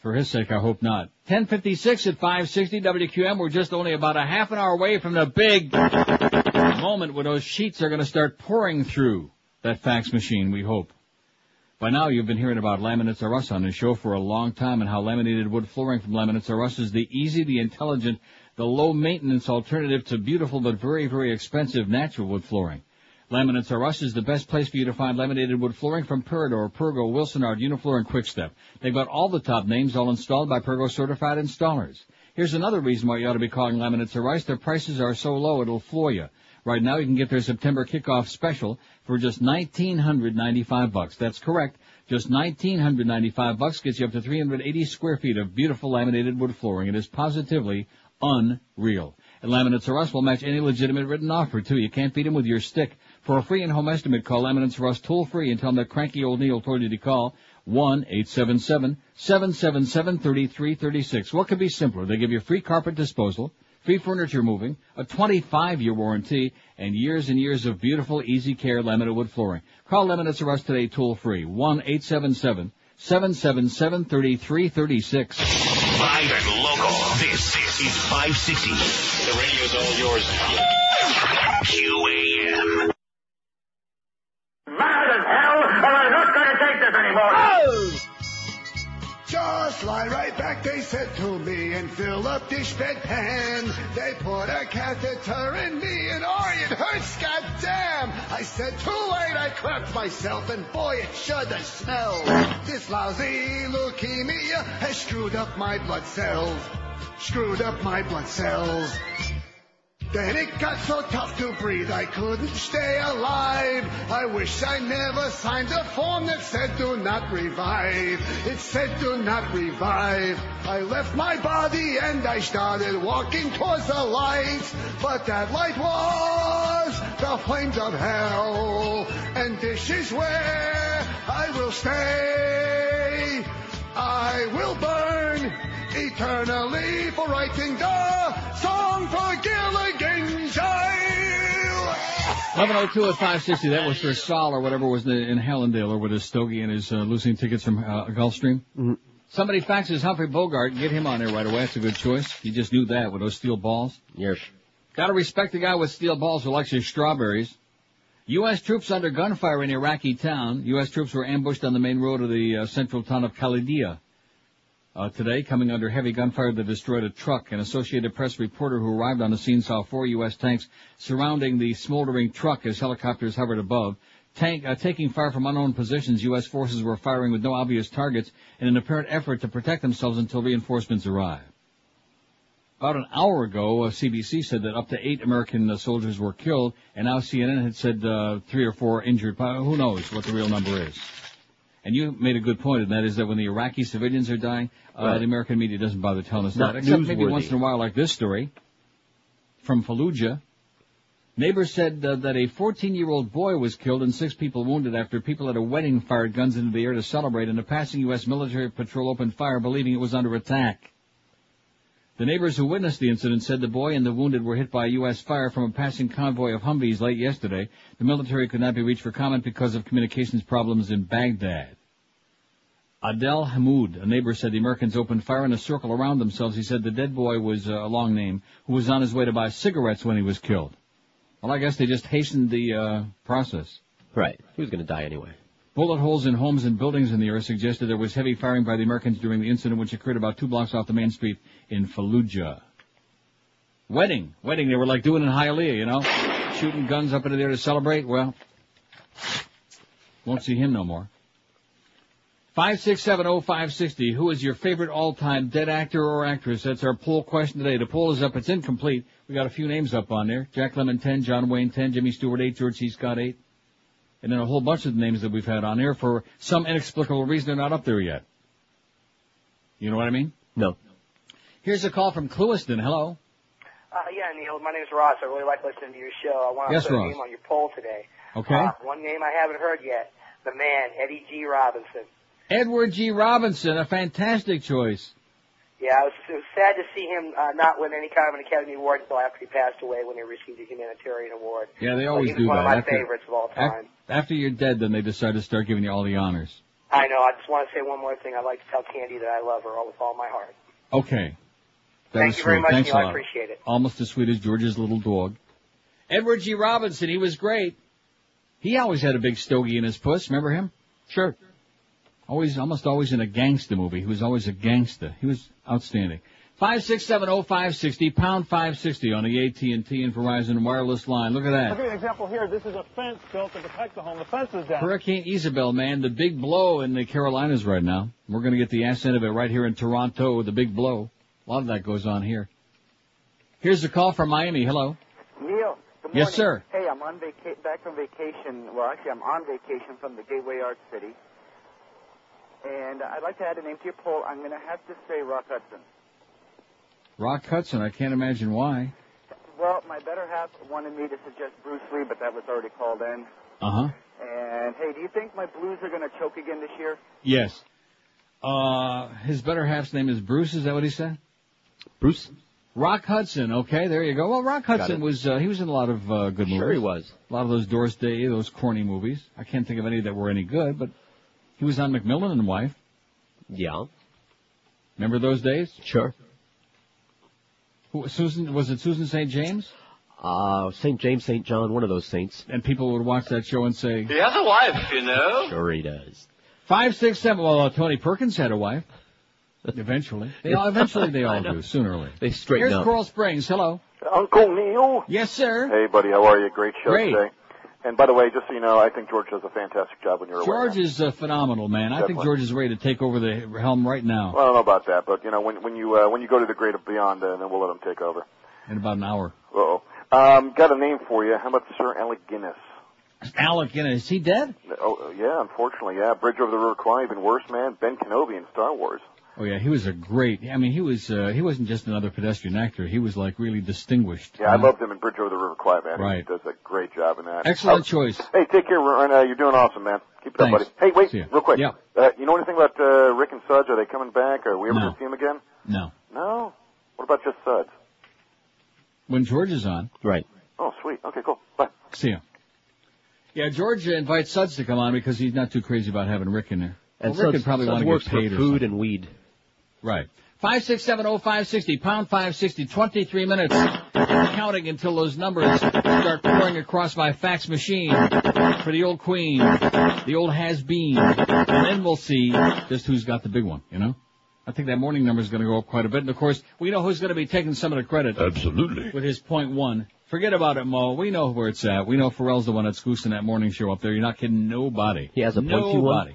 S1: For his sake, I hope not. 1056 at 560 WQM. We're just only about a half an hour away from the big moment where those sheets are going to start pouring through that fax machine, we hope. By now, you've been hearing about Laminates R Us on this show for a long time and how laminated wood flooring from Laminates R Us is the easy, the intelligent, the low maintenance alternative to beautiful but very, very expensive natural wood flooring. Laminates R Us is the best place for you to find laminated wood flooring from Peridor, Pergo, Wilsonard, Uniflor, and Quickstep. They've got all the top names all installed by Pergo certified installers. Here's another reason why you ought to be calling Laminates R Us. Their prices are so low it'll floor you. Right now you can get their September kickoff special for just 1995 bucks. That's correct. Just 1995 bucks gets you up to 380 square feet of beautiful laminated wood flooring. It is positively unreal. And Laminates R Us will match any legitimate written offer too. You can't beat them with your stick. For a free in-home estimate, call Laminates Rust toll free and tell them that cranky old Neil told you to call 1-877-777-3336. What could be simpler? They give you free carpet disposal, free furniture moving, a 25-year warranty, and years and years of beautiful, easy care laminate wood flooring. Call Laminates Rust today toll free, 1-877-777-3336.
S16: Live and local. This is 560. The radio's all yours now. QAM.
S13: Mad as hell, and I'm not going to take this anymore.
S19: Just lie right back, they said to me, and fill up this bedpan. They put a catheter in me, and oh, it hurts, goddamn! I said, too late, I clapped myself, and boy, it sure does smell. This lousy leukemia has screwed up my blood cells. Screwed up my blood cells. Then it got so tough to breathe, I couldn't stay alive. I wish I never signed a form that said do not revive. It said do not revive. I left my body and I started walking towards the light. But that light was the flames of hell. And this is where I will stay. I will burn eternally for writing the song for Gilligan's Isle.
S1: 1102 at 560. That was for Saul or whatever was in- in Hallandale or with his stogie and his uh, losing tickets from uh, Gulfstream. Somebody faxes Humphrey Bogart and get him on there right away. That's a good choice. He just knew that with those steel balls. Yes. Gotta respect the guy with steel balls who likes his strawberries. U.S. troops under gunfire in Iraqi town. U.S. troops were ambushed on the main road of the uh, central town of Khalidia uh, today, coming under heavy gunfire that destroyed a truck. An Associated Press reporter who arrived on the scene saw four U.S. tanks surrounding the smoldering truck as helicopters hovered above. Tank, uh, taking fire from unknown positions, U.S. forces were firing with no obvious targets in an apparent effort to protect themselves until reinforcements arrived. About an hour ago, uh, CBC said that up to eight American uh, soldiers were killed, and now CNN had said uh, three or four injured. Uh, Who knows what the real number is? And you made a good point, and that is that when the Iraqi civilians are dying, uh,
S2: Right.
S1: the American media doesn't bother telling us
S2: Not
S1: that, except maybe
S2: newsworthy.
S1: once in a while, like this story from Fallujah. Neighbors said uh, that a 14-year-old boy was killed and six people wounded after people at a wedding fired guns into the air to celebrate, and a passing U.S. military patrol opened fire, believing it was under attack. The neighbors who witnessed the incident said the boy and the wounded were hit by U.S. fire from a passing convoy of Humvees late yesterday. The military could not be reached for comment because of communications problems in Baghdad. Adel Hamoud, a neighbor, said the Americans opened fire in a circle around themselves. He said the dead boy was uh, a long name who was on his way to buy cigarettes when he was killed. Well, I guess they just hastened the uh, process. Right. He was going to die anyway. Bullet holes in homes and buildings in the area suggested there was heavy firing by the Americans during the incident, which occurred about two blocks off the main street in Fallujah. Wedding. Wedding. They were like doing in Hialeah, you know? Shooting guns up into the air to celebrate. Well, won't see him no more. 5670560, who is your favorite all-time dead actor or actress? That's our poll question today. The poll is up. It's incomplete. We got a few names up on there. Jack Lemmon 10, John Wayne 10, Jimmy Stewart 8, George C. Scott 8. And then a whole bunch of the names that we've had on there for some inexplicable reason they're not up there yet. You know what I mean? No. Here's a call from Clewiston. Hello.
S20: Uh, yeah, Neil. My name's Ross. I really like listening to your show. I want to
S1: Yes,
S20: put
S1: Ross.
S20: a name on your poll today.
S1: Okay.
S20: Uh, one name I haven't heard yet. The man, Eddie G. Robinson.
S1: Edward G. Robinson, a fantastic choice.
S20: Yeah, it was, it was sad to see him uh, not win any kind of an Academy Award until after he passed away when he received a humanitarian award.
S1: Yeah, they
S20: But
S1: always
S20: he was
S1: do
S20: one
S1: that.
S20: of my
S1: after,
S20: favorites of all
S1: af-
S20: time.
S1: After you're dead, then they decide to start giving you all the honors.
S20: I know. I just want to say one more thing. I'd like to tell Candy that I love her all with all my heart.
S1: Okay. That
S20: Thank
S1: is
S20: you very
S1: sweet.
S20: much,
S1: Thanks
S20: Neil.
S1: a
S20: I
S1: lot.
S20: appreciate it.
S1: Almost as sweet as George's little dog. Edward G. Robinson, he was great. He always had a big stogie in his puss. Remember him? Sure. Always, almost always in a gangster movie. He was always a gangster. He was outstanding. Five six seven oh five sixty pound five sixty on the AT and T and Verizon wireless line. Look at
S21: I'll
S1: that.
S21: give you an example here. This is a fence built to protect the home. The fence is down.
S1: Hurricane Isabel, man, the big blow in the Carolinas right now. We're going to get the ass end of it right here in Toronto. The big blow. A lot of that goes on here. Here's a call from Miami. Hello.
S22: Neil. Good morning.
S1: Yes, sir.
S22: Hey, I'm on vaca- back from vacation. Well, actually, I'm on vacation from the Gateway Art City, and I'd like to add a name to your poll. I'm going to have to say Rock Hudson.
S1: Rock Hudson. I can't imagine why.
S22: Well, my better half wanted me to suggest Bruce Lee, but that was already called in.
S1: Uh huh.
S22: And hey, do you think my Blues are going to choke again this year?
S1: Yes. Uh, his better half's name is Bruce. Is that what he said?
S2: Bruce.
S1: Rock Hudson. Okay, there you go. Well, Rock
S2: Got
S1: Hudson
S2: it.
S1: was uh, he was in a lot of uh, good movies.
S2: Sure he was.
S1: A lot of those Doris Day, those corny movies. I can't think of any that were any good, but he was on McMillan and Wife.
S2: Yeah.
S1: Remember those days?
S2: Sure.
S1: Who, Susan was it Susan St. James?
S2: Uh, St. James, St. John, one of those saints.
S1: And people would watch that show and say,
S2: He has a wife, you know. Sure he does.
S1: Five, six, seven. Well, uh, Tony Perkins had a wife. Eventually, they all, eventually they all do sooner or later.
S2: They straighten
S1: Here's
S2: up.
S1: Coral Springs. Hello,
S23: Uncle Neil.
S1: Yes, sir.
S23: Hey, buddy, how are you? Great show
S1: Great.
S23: today. And by the way, just so you know, I think George does a fantastic job when you're away.
S1: George is uh, phenomenal, man. I think
S23: Definitely.
S1: George is ready to take over the helm right now
S23: Well, I don't know about that, but you know, when when you uh, when you go to the great beyond, uh, then we'll let him take over.
S1: in about an hour.
S23: Uh-oh. Um, got a name for you. How about Sir Alec Guinness?
S1: Alec Guinness, is he dead?
S23: Oh, yeah, unfortunately, yeah. Bridge over the River Kwai, even worse, man. Ben Kenobi in Star Wars.
S1: Oh yeah, he was a great. I mean, he was uh, he wasn't just another pedestrian actor. He was like really distinguished.
S23: Yeah, I loved him in Bridge over the River Kwai, man. He
S1: Right.
S23: does a great job in that.
S1: Uh, Excellent
S23: Oh,
S1: choice.
S23: Hey, take care, Ron. Uh, you're doing awesome, man. Keep it up,
S1: Thanks.
S23: buddy. Hey, wait,
S1: See ya.
S23: real quick.
S1: Yeah.
S23: Uh, you know anything about uh, Rick and Suds? Are they coming back? Are we ever
S1: No.
S23: going to see them again?
S1: No,
S23: No. What about just Suds?
S1: when George is on, right?
S23: Oh, sweet. Okay, cool. Bye.
S1: See him. Yeah, George invites Suds to come on because he's not too crazy about having Rick in there.
S2: And
S1: well, Rick could
S2: Suds-
S1: probably
S2: Suds
S1: want to
S2: works
S1: get
S2: for
S1: paid or
S2: food
S1: something.
S2: and weed.
S1: Right. Five six seven oh five sixty pound five sixty twenty three minutes counting until those numbers start pouring across my fax machine for the old queen, the old has been, and then we'll see just who's got the big one. You know, I think that morning number is going to go up quite a bit, and of course we know who's going to be taking some of the credit. Absolutely. With his point one, forget about it, Mo. We know where it's at. We know Pharrell's the one that's goosing that morning show up there. You're not kidding nobody. He
S2: has a pointy one.
S1: nobody.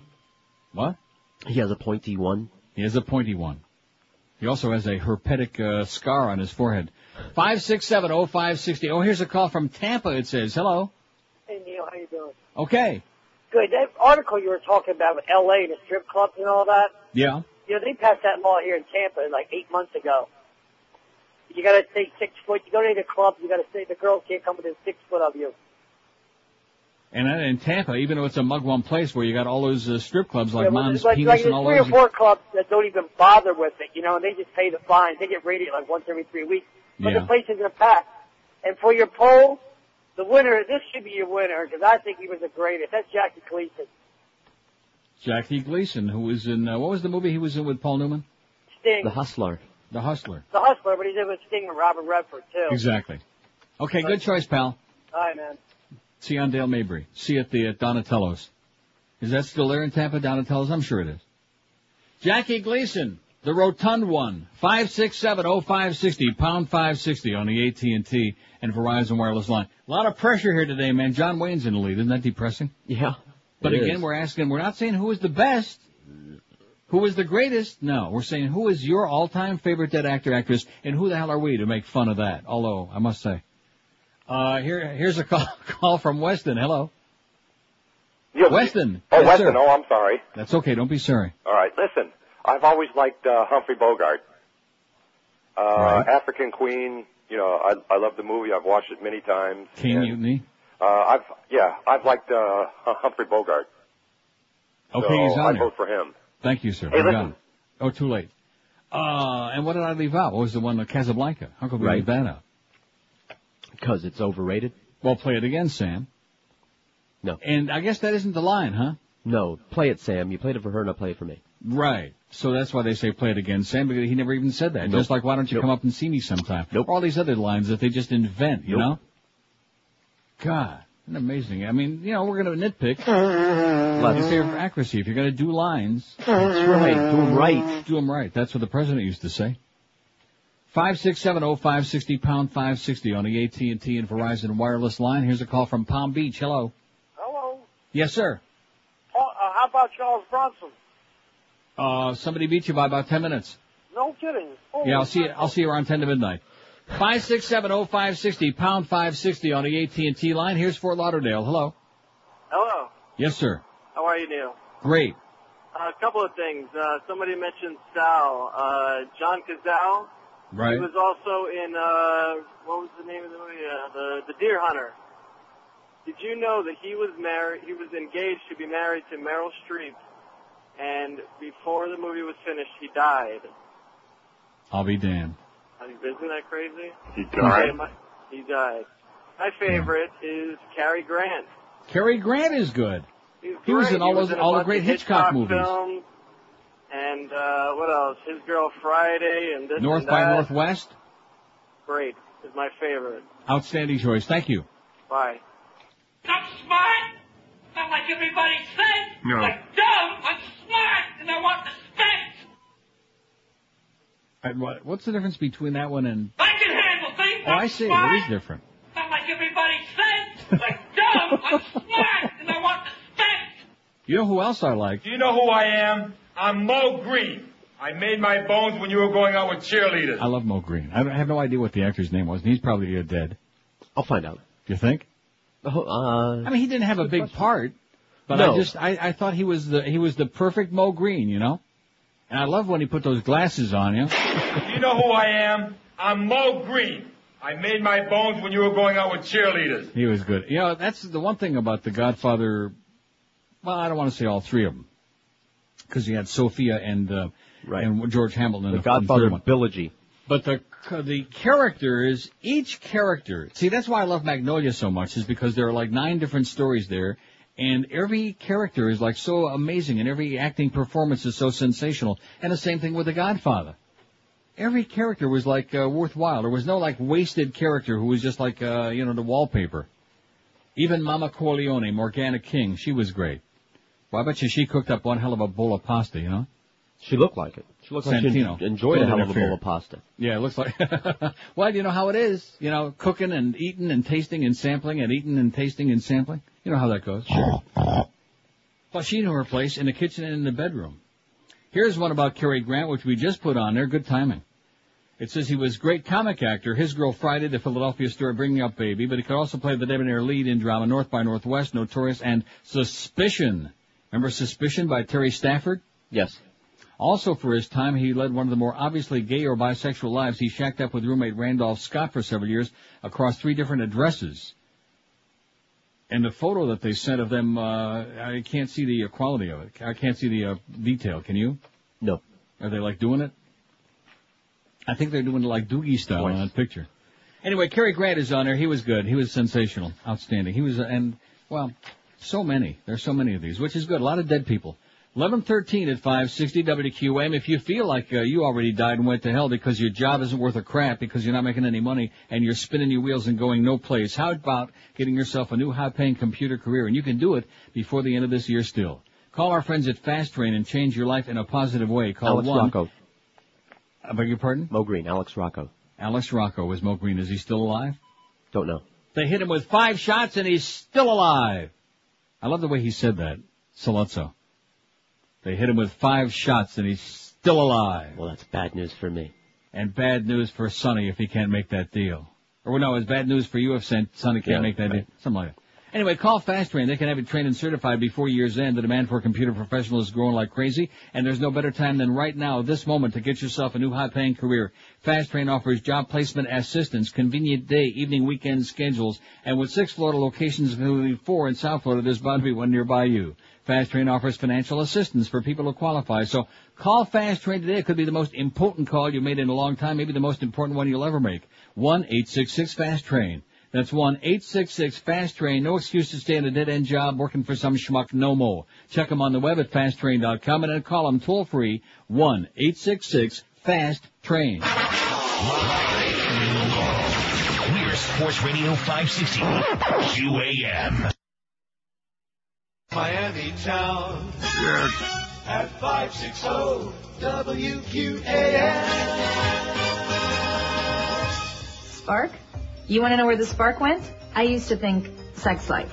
S1: What?
S2: He has a pointy one.
S1: He has a pointy one. He also has a herpetic uh, scar on his forehead. Five six seven oh five sixty. Oh, here's a call from Tampa. It says, "Hello."
S5: Hey Neil, how you doing?
S1: Okay.
S5: Good. That article you were talking about with L.A. and the strip clubs and all that.
S1: Yeah.
S5: You know, they passed that law here in Tampa like eight months ago. You gotta stay six foot. You go to the club, you gotta stay. The girls can't come within six foot of you.
S1: And then in Tampa, even though it's a mugwump place where you got all those uh, strip clubs like
S5: Yeah, well,
S1: Mom's
S5: like,
S1: Penis
S5: like
S1: and
S5: there's
S1: all
S5: three
S1: those.
S5: or four clubs that don't even bother with it, you know, and they just pay the fines. They get raided like once every three weeks. But
S1: Yeah.
S5: the places are packed. And for your poll, the winner, this should be your winner, because I think he was the greatest. That's Jackie Gleason.
S1: Jackie Gleason, who was in uh, what was the movie he was in with Paul Newman?
S5: Sting,
S1: Hustler. The Hustler.
S5: the hustler, but he's in with Sting and Robert Redford, too.
S1: Exactly. Okay, good choice, pal.
S5: All right, man.
S1: See you on Dale Mabry. See you at the at Donatello's. Is that still there in Tampa, Donatello's? I'm sure it is. Jackie Gleason, the rotund one, five six seven oh five sixty pound five sixty on the AT and T and Verizon wireless line. A lot of pressure here today, man. John Wayne's in the lead. Isn't that depressing?
S2: Yeah.
S1: But
S2: It
S1: again,
S2: is.
S1: we're asking. We're not saying who is the best, who is the greatest. No, we're saying who is your all-time favorite dead actor actress, and who the hell are we to make fun of that? Although I must say, uh, here here's a call, call from Weston. Hello,
S24: Yeah,
S1: Weston.
S24: Oh,
S1: Yes,
S24: Weston.
S1: sir.
S24: Oh, I'm sorry.
S1: That's okay. Don't be sorry.
S24: All right, listen. I've always liked uh, Humphrey Bogart. Uh,
S1: Right.
S24: African Queen. You know, I I love the movie. I've watched it many times.
S1: King Mutiny.
S24: Uh, I've yeah, I've liked uh, Hum- Humphrey Bogart.
S1: Okay,
S24: so
S1: he's
S24: I
S1: on there.
S24: vote for him.
S1: Thank you, sir.
S24: Hey,
S1: We're
S24: listen.
S1: done. Oh, too late. Uh, and what did I leave out? What was the one with Casablanca? How could we
S2: Right.
S1: leave that out?
S2: Because it's overrated.
S1: Well, play it again, Sam.
S2: No.
S1: And I guess that isn't the line, huh?
S2: No, play it, Sam. You played it for her, not play it for me.
S1: Right. So that's why they say play it again, Sam, because he never even said that.
S2: Nope.
S1: Just like, why don't you
S2: Nope.
S1: come up and see me sometime? Nope. All these other lines that they just invent, you know? God, isn't it amazing. I mean, you know, we're going to nitpick. Let's say for accuracy. If you're going to do lines,
S2: That's right. Do 'em
S1: right. Do 'em right. That's what the president used to say. Five six seven oh five sixty pound five sixty on the AT and T and Verizon wireless line. Here's a call from Palm Beach. Hello.
S3: Hello.
S1: Yes, sir.
S3: Paul, uh, how about Charles Bronson?
S1: Uh, somebody beat you by about ten minutes.
S3: No kidding. Oh,
S1: Yeah, I'll see you. I'll see you around ten to midnight. Five six seven oh five sixty pound five sixty on the AT and T line. Here's Fort Lauderdale. Hello.
S4: Hello.
S1: Yes, sir.
S4: How are you, Neil?
S1: Great.
S4: Uh, a couple of things. Uh, somebody mentioned Sal. Uh, John Cazal.
S1: Right.
S4: He was also in, uh, what was the name of the movie? Uh, the, the Deer Hunter. Did you know that he was married, he was engaged to be married to Meryl Streep, and before the movie was finished, he died.
S1: I'll be damned.
S4: I mean, Isn't that crazy?
S1: He died?
S4: Yeah, my- He died. My favorite is Cary Grant.
S1: Cary Grant is good.
S4: He's
S1: He was
S4: great.
S1: in all those
S4: a
S1: all the
S4: bunch
S1: great
S4: of
S1: Hitchcock, movies.
S4: films. And uh, what else? His Girl Friday and this
S1: North
S4: and
S1: by
S4: that.
S1: Northwest.
S4: Great is my favorite.
S1: Outstanding choice. Thank you.
S4: Bye.
S13: I'm smart. Not like everybody says.
S1: No.
S13: Like dumb. I'm smart, and I want respect.
S1: Uh, what- What's the difference between that one and?
S13: I can handle things.
S1: Oh,
S13: I'm
S1: I see.
S13: Smart.
S1: It is different.
S13: Not like everybody says. Like dumb. I'm smart, and I want respect.
S1: You know who else I like?
S9: Do you know who I am? I'm Mo Green. I made my bones when you were going out with cheerleaders.
S1: I love Mo Green. I, don't- I have no idea what the actor's name was, and he's probably uh, dead.
S2: I'll find out.
S1: You think?
S2: Oh, uh,
S1: I mean, he didn't have a big part, but
S2: No.
S1: I just I, I thought he was the he was the perfect Mo Green, you know. And I love when he put those glasses on you.
S9: Do you know who I am? I'm Mo Green. I made my bones when you were going out with cheerleaders.
S1: He was good. You know, that's the one thing about the Godfather. Well, I don't want to say all three of them, because you had Sophia and uh, and George Hamilton.
S2: The
S1: in
S2: Godfather
S1: in the third one.
S2: Bilogy.
S1: But the the characters, each character. See, that's why I love Magnolia so much, is because there are like nine different stories there, and every character is like so amazing, and every acting performance is so sensational. And the same thing with the Godfather. Every character was like uh, worthwhile. There was no like wasted character who was just like uh, you know the wallpaper. Even Mama Corleone, Morgana King, she was great. Well, I bet you she cooked up one hell of a bowl of pasta, you know?
S2: She looked like it. She looked like she
S1: Santino.
S2: enjoyed a
S1: Don't
S2: hell of a
S1: interfere.
S2: bowl of pasta.
S1: Yeah, it looks like. well, you know how it is. You know, cooking and eating and tasting and sampling and eating and tasting and sampling. You know how that goes. Sure. well, she knew her place in the kitchen and in the bedroom. Here's one about Cary Grant, which we just put on there. Good timing. It says he was great comic actor. His girl Friday, the Philadelphia story, bringing up baby, but he could also play the debonair lead in drama North by Northwest, Notorious, and Suspicion. Remember Suspicion by Terry Stafford?
S2: Yes.
S1: Also, for his time, he led one of the more obviously gay or bisexual lives. He shacked up with roommate Randolph Scott for several years across three different addresses. And the photo that they sent of them, uh, I can't see the uh, quality of it. I can't see the uh, detail. Can you?
S2: No.
S1: Are they like doing it? I think they're doing it like Doogie style on that picture. Anyway, Cary Grant is on there. He was good. He was sensational, outstanding. He was, uh, and well, so many. There's so many of these, which is good. A lot of dead people. 1113 at 560 WQM. If you feel like uh, you already died and went to hell because your job isn't worth a crap because you're not making any money and you're spinning your wheels and going no place, how about getting yourself a new high-paying computer career? And you can do it before the end of this year still. Call our friends at Fast Train and change your life in a positive way. Call
S2: Alex
S1: one.
S2: Rocco.
S1: I beg your pardon?
S2: Mo Green, Alex Rocco.
S1: Alex Rocco is Mo Green. Is he still alive?
S2: Don't know.
S1: They hit him with five shots and he's still alive. I love the way he said that, Saluzzo. They hit him with five shots and he's still alive.
S2: Well, that's bad news for me.
S1: And bad news for Sonny if he can't make that deal. Or no, it's bad news for you if Son- Sonny can't
S2: Yeah,
S1: make that deal. Something like that. Anyway, call Fast Train. They can have it trained and certified before year's end. The demand for computer professionals is growing like crazy, and there's no better time than right now, this moment, to get yourself a new high-paying career. Fast Train offers job placement assistance, convenient day, evening, weekend schedules, and with six Florida locations, including four in South Florida, there's bound to be one nearby you. Fast Train offers financial assistance for people who qualify. So call Fast Train today. It could be the most important call you made in a long time, maybe the most important one you'll ever make. One eight six six fast Train. That's one eight six six fast train. No excuse to stay in a dead end job working for some schmuck no more. Check them on the web at fasttrain.com and then call them toll free one eight six six fast train.
S16: We're Sports Radio 560 QAM.
S7: Miami Town at 560 WQAM.
S6: Spark? You want to know where the spark went? I used to think sex life.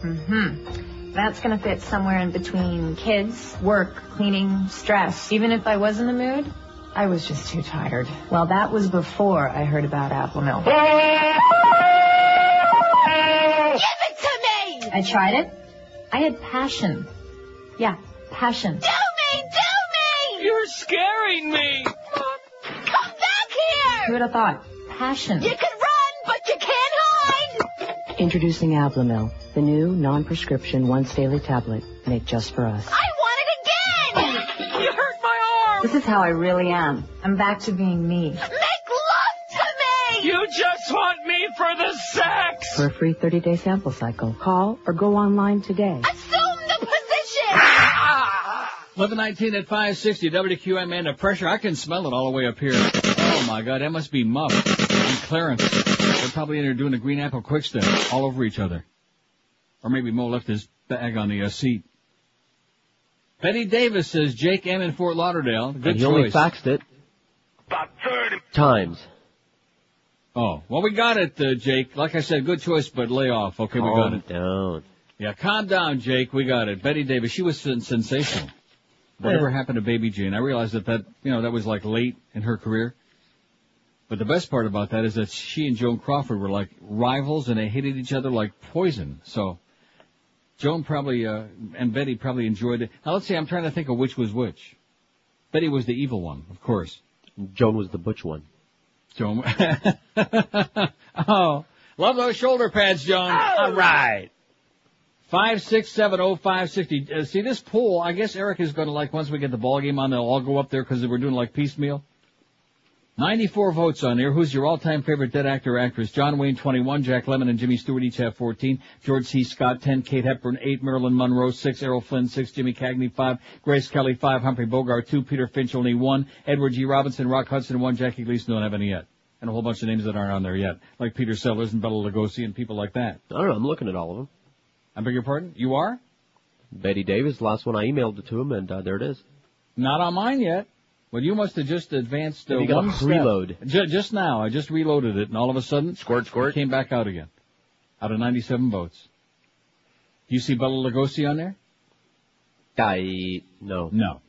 S6: Mm-hmm. That's going to fit somewhere in between kids, work, cleaning, stress. Even if I was in the mood, I was just too tired. Well, that was before I heard about Apple Mill.
S10: Give
S6: it to me! I tried it. I had passion. Yeah,
S10: Do
S6: passion.
S10: me, do me! You're scaring me! Come back here!
S6: Who would have thought? Passion.
S10: You can run, but you can't hide!
S11: Introducing Avlamil, the new non-prescription once daily tablet made just for us.
S10: I want it again! You hurt my arm!
S11: This is how I really am.
S6: I'm back to being me.
S10: Make love to me! You just want me for the sex!
S11: For a free 30-day sample cycle, call or go online today.
S10: Assume the position!
S1: 1119 at 560 WQM and the pressure. I can smell it all the way up here. Oh my god, that must be Muff and Clarence. They're probably in there doing a green apple quick step all over each other. Or maybe Mo left his bag on the uh, seat. Betty Davis says Jake M in Fort Lauderdale. Good
S2: and he
S1: choice.
S2: only faxed it times.
S1: Oh, well, we got it, uh, Jake. Like I said, good choice, but lay off. Okay, we got
S2: Calm
S1: it.
S2: down.
S1: Yeah, calm down, Jake. We got it. Betty Davis, she was sen- sensational. Whatever happened to Baby Jane? I realized that that, you know, that was like late in her career. But the best part about that is that she and Joan Crawford were like rivals and they hated each other like poison. So Joan probably, uh, and Betty probably enjoyed it. Now let's see, I'm trying to think of which was which. Betty was the evil one, of course.
S2: Joan was the butch one.
S1: Joan. oh, love those shoulder pads, Joan. All right. Five six seven oh five sixty. Uh, see this pool. I guess Eric is going to like once we get the ball game on, they'll all go up there because we're doing like piecemeal. Ninety-four votes on here. Who's your all-time favorite dead actor or actress? John Wayne twenty-one, Jack Lemmon and Jimmy Stewart each have fourteen. George C. Scott ten, Kate Hepburn eight, Marilyn Monroe six, Errol Flynn six, Jimmy Cagney five, Grace Kelly five, Humphrey Bogart two, Peter Finch only one, Edward G. Robinson, Rock Hudson one, Jackie Gleason don't have any yet, and a whole bunch of names that aren't on there yet, like Peter Sellers and Bela Lugosi and people like that.
S2: I don't know. I'm looking at all of them.
S1: I beg your pardon? You are?
S2: Betty Davis, last one I emailed it to him, and uh, there it is.
S1: Not on mine yet. Well, you must have just advanced uh,
S2: Maybe you got
S1: one
S2: a
S1: step.
S2: reload.
S1: Ju- just now, I just reloaded it, and all of a sudden, squirt, squirt, came back out again. Out of 97 votes. Do you see Bella Lugosi on there?
S2: I no
S1: No.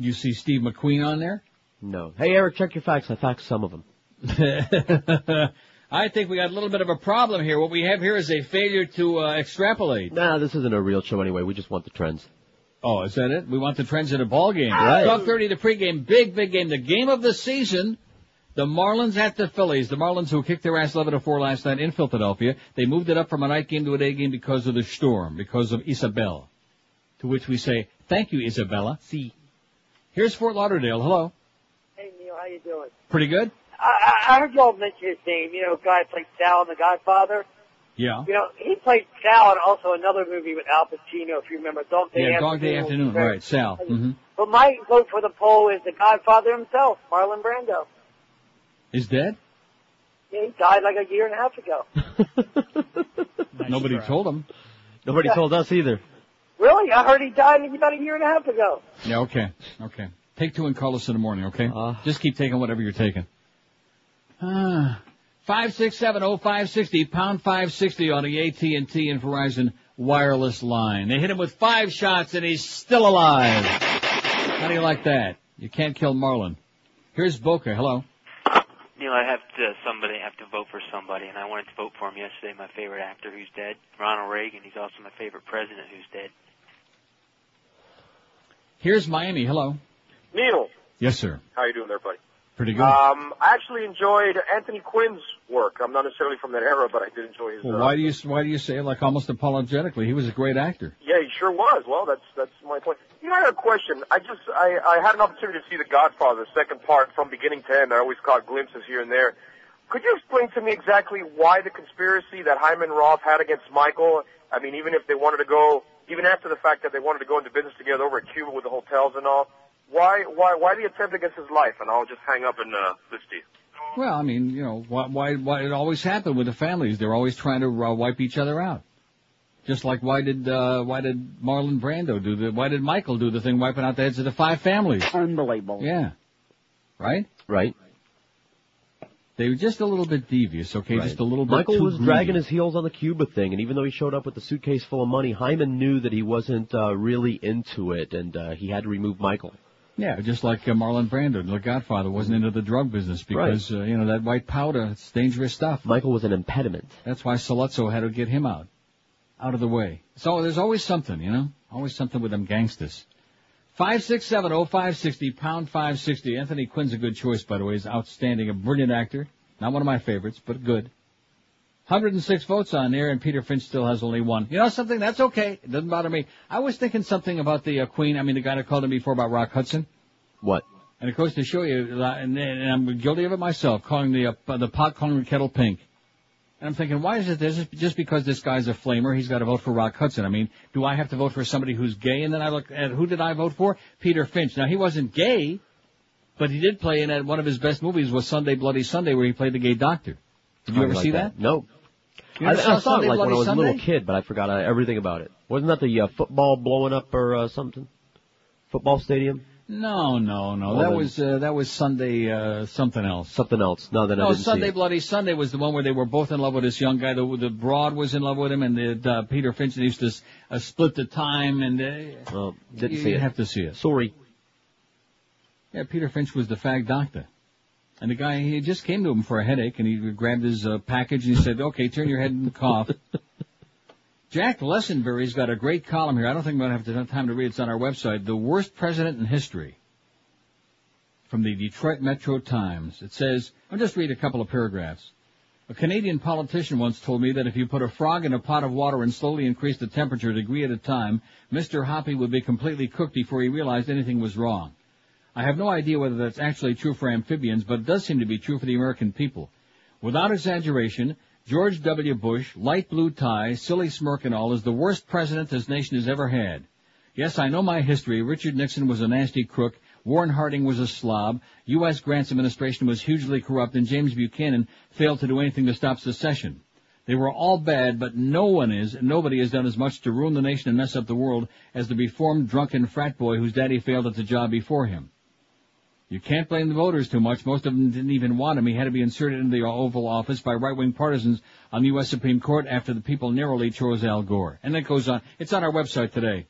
S1: Do you see Steve McQueen on there?
S2: no. Hey Eric, check your facts. I faxed some of them.
S1: I think we got a little bit of a problem here. What we have here is a failure to uh, extrapolate.
S2: Nah, this isn't a real show anyway. We just want the trends.
S1: Oh, is that it? We want the trends in a ball game.
S2: Right.
S1: 12:30 the pregame, big big game, the game of the season. The Marlins at the Phillies. The Marlins who kicked their ass 11 to 4 last night in Philadelphia. They moved it up from a night game to a day game because of the storm, because of Isabel. To which we say, thank you, Isabella. See. Here's Fort Lauderdale. Hello.
S5: Hey Neil, how you doing?
S1: Pretty good?
S5: I, I I heard y'all mention his name. You know, the guy played Sal in The Godfather.
S1: Yeah.
S5: You know, he played Sal in also another movie with Al Pacino, if you remember, Dog Day
S1: yeah,
S5: Afternoon.
S1: Dog Day Afternoon. Right, Sal. hmm
S5: But my vote for the poll is The Godfather himself, Marlon Brando.
S1: Is dead?
S5: Yeah, he died like a year and a half ago.
S1: Nobody told him.
S2: Nobody told us either.
S5: Really? I heard he died about a year and a half ago.
S1: Yeah, okay. Okay. Take two and call us in the morning, okay?
S2: Uh.
S1: Just keep taking whatever you're taking. Ah. Five six seven oh five sixty pound five sixty on the AT and T and Verizon wireless line. They hit him with five shots and he's still alive. How do you like that? You can't kill Marlin. Here's Boca. Hello.
S12: Neil, I have to somebody have to vote for somebody, and I wanted to vote for him yesterday. My favorite actor who's dead, Ronald Reagan. He's also my favorite president who's dead.
S1: Here's Miami. Hello.
S25: Neil,
S1: Yes, sir.
S25: how you doing there, buddy?
S1: Pretty good.
S25: Um, I actually enjoyed Anthony Quinn's work. I'm not necessarily from that era, but I did enjoy his.
S1: well,
S25: uh,
S1: why do you why do you say it like almost apologetically? He was a great actor.
S25: Yeah, he sure was. Well, that's that's my point. You know, I had a question. I just I I had an opportunity to see The Godfather, the second part, from beginning to end. I always caught glimpses here and there. Could you explain to me exactly why the conspiracy that Hyman Roth had against Michael? I mean, even if they wanted to go, even after the fact that they wanted to go into business together over at Cuba with the hotels and all, why, why, why the attempt against his life? And I'll just hang up and uh, listen to you.
S1: Well, I mean, you know, why, why, why it always happened with the families. They're always trying to uh, wipe each other out. Just like why did uh, why did Marlon Brando do the why did Michael do the thing wiping out the heads of the five families?
S2: Unbelievable.
S1: Yeah. Right? Right. They were just a little bit devious, okay?
S2: Right.
S1: Just a little bit
S2: Michael
S1: too
S2: was
S1: greedy.
S2: dragging his heels on the Cuba thing, and even though he showed up with a suitcase full of money, Hyman knew that he wasn't uh, really into it, and uh, he had to remove Michael.
S1: Yeah, just like uh, Marlon Brando, the Godfather, wasn't into the drug business because uh, you know that white powder, it's dangerous stuff.
S2: Michael was an impediment.
S1: That's why Saluzzo had to get him out, out of the way. So there's always something, you know, always something with them gangsters. Five six seven oh five sixty pound five sixty. Anthony Quinn's a good choice, by the way. He's outstanding, a brilliant actor. Not one of my favorites, but good. 106 votes on there, and Peter Finch still has only one. You know something? That's okay. It doesn't bother me. I was thinking something about the uh, Queen. I mean, the guy that called in before about Rock Hudson.
S2: What?
S1: And of course, to show you, uh, and, and I'm guilty of it myself, calling the uh, the pot calling the kettle pink. And I'm thinking, why is it this? Just because this guy's a flamer, he's got to vote for Rock Hudson. I mean, do I have to vote for somebody who's gay? And then I look at who did I vote for? Peter Finch. Now he wasn't gay, but he did play in uh, one of his best movies was Sunday Bloody Sunday, where he played the gay doctor. Did you
S2: Something
S1: ever
S2: like
S1: see
S2: that.
S1: that?
S2: No.
S1: You
S2: I,
S1: ever saw
S2: I saw it
S1: Sunday
S2: like when I
S1: Bloody
S2: was a little
S1: Sunday?
S2: kid, but I forgot uh, everything about it. Wasn't that the uh, football blowing up or uh, something? Football stadium?
S1: No, no, no.
S2: Well,
S1: that
S2: then-
S1: was uh, that was Sunday uh, something else.
S2: Something else. No, then I
S1: No,
S2: didn't
S1: Sunday
S2: see it.
S1: Bloody Sunday was the one where they were both in love with this young guy. The, the broad was in love with him, and the, uh, Peter Finch they used to s- uh, split the time. And uh,
S2: well, didn't
S1: you
S2: see it.
S1: have to see it.
S2: Sorry.
S1: Yeah, Peter Finch was the fag doctor, and the guy he just came to him for a headache, and he grabbed his uh, package and he said, "Okay, turn your head and cough." Jack Lessenberry's got a great column here. I don't think we're going to have time to read it. It's on our website. The worst president in history from the Detroit Metro Times. It says, I'll just read a couple of paragraphs. A Canadian politician once told me that if you put a frog in a pot of water and slowly increase the temperature a degree at a time, Mr. Hoppy would be completely cooked before he realized anything was wrong. I have no idea whether that's actually true for amphibians, but it does seem to be true for the American people. Without exaggeration, George W. Bush, light blue tie, silly smirk and all, is the worst president this nation has ever had. Yes, I know my history. Richard Nixon was a nasty crook. Warren Harding was a slob. U.S. Grant's administration was hugely corrupt, and James Buchanan failed to do anything to stop secession. They were all bad, but no one is, nobody has done as much to ruin the nation and mess up the world as the reformed drunken frat boy whose daddy failed at the job before him. You can't blame the voters too much. Most of them didn't even want him. He had to be inserted into the Oval Office by right-wing partisans on the U.S. Supreme Court after the people narrowly chose Al Gore. And that goes on. It's on our website today.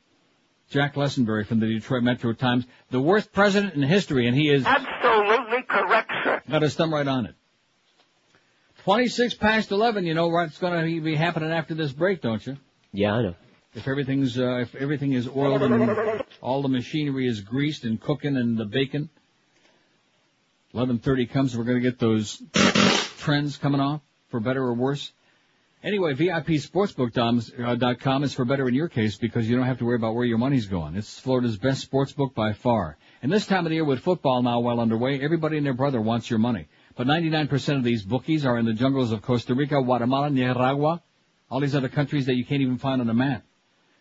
S1: Jack Lessenberry from the Detroit Metro Times, the worst president in history, and he is
S10: Absolutely correct, sir.
S1: got his thumb right on it. 26 past 11, you know what's going to be happening after this break, don't you?
S2: Yeah, I know.
S1: If everything's, uh, if everything is oiled and all the machinery is greased and cooking and the bacon. 11.30 comes, we're going to get those trends coming off, for better or worse. Anyway, VIPSportsbook.com uh, is for better in your case because you don't have to worry about where your money's going. It's Florida's best sports book by far. And this time of the year with football now well underway, everybody and their brother wants your money. But 99% of these bookies are in the jungles of Costa Rica, Guatemala, Nicaragua, all these other countries that you can't even find on the map.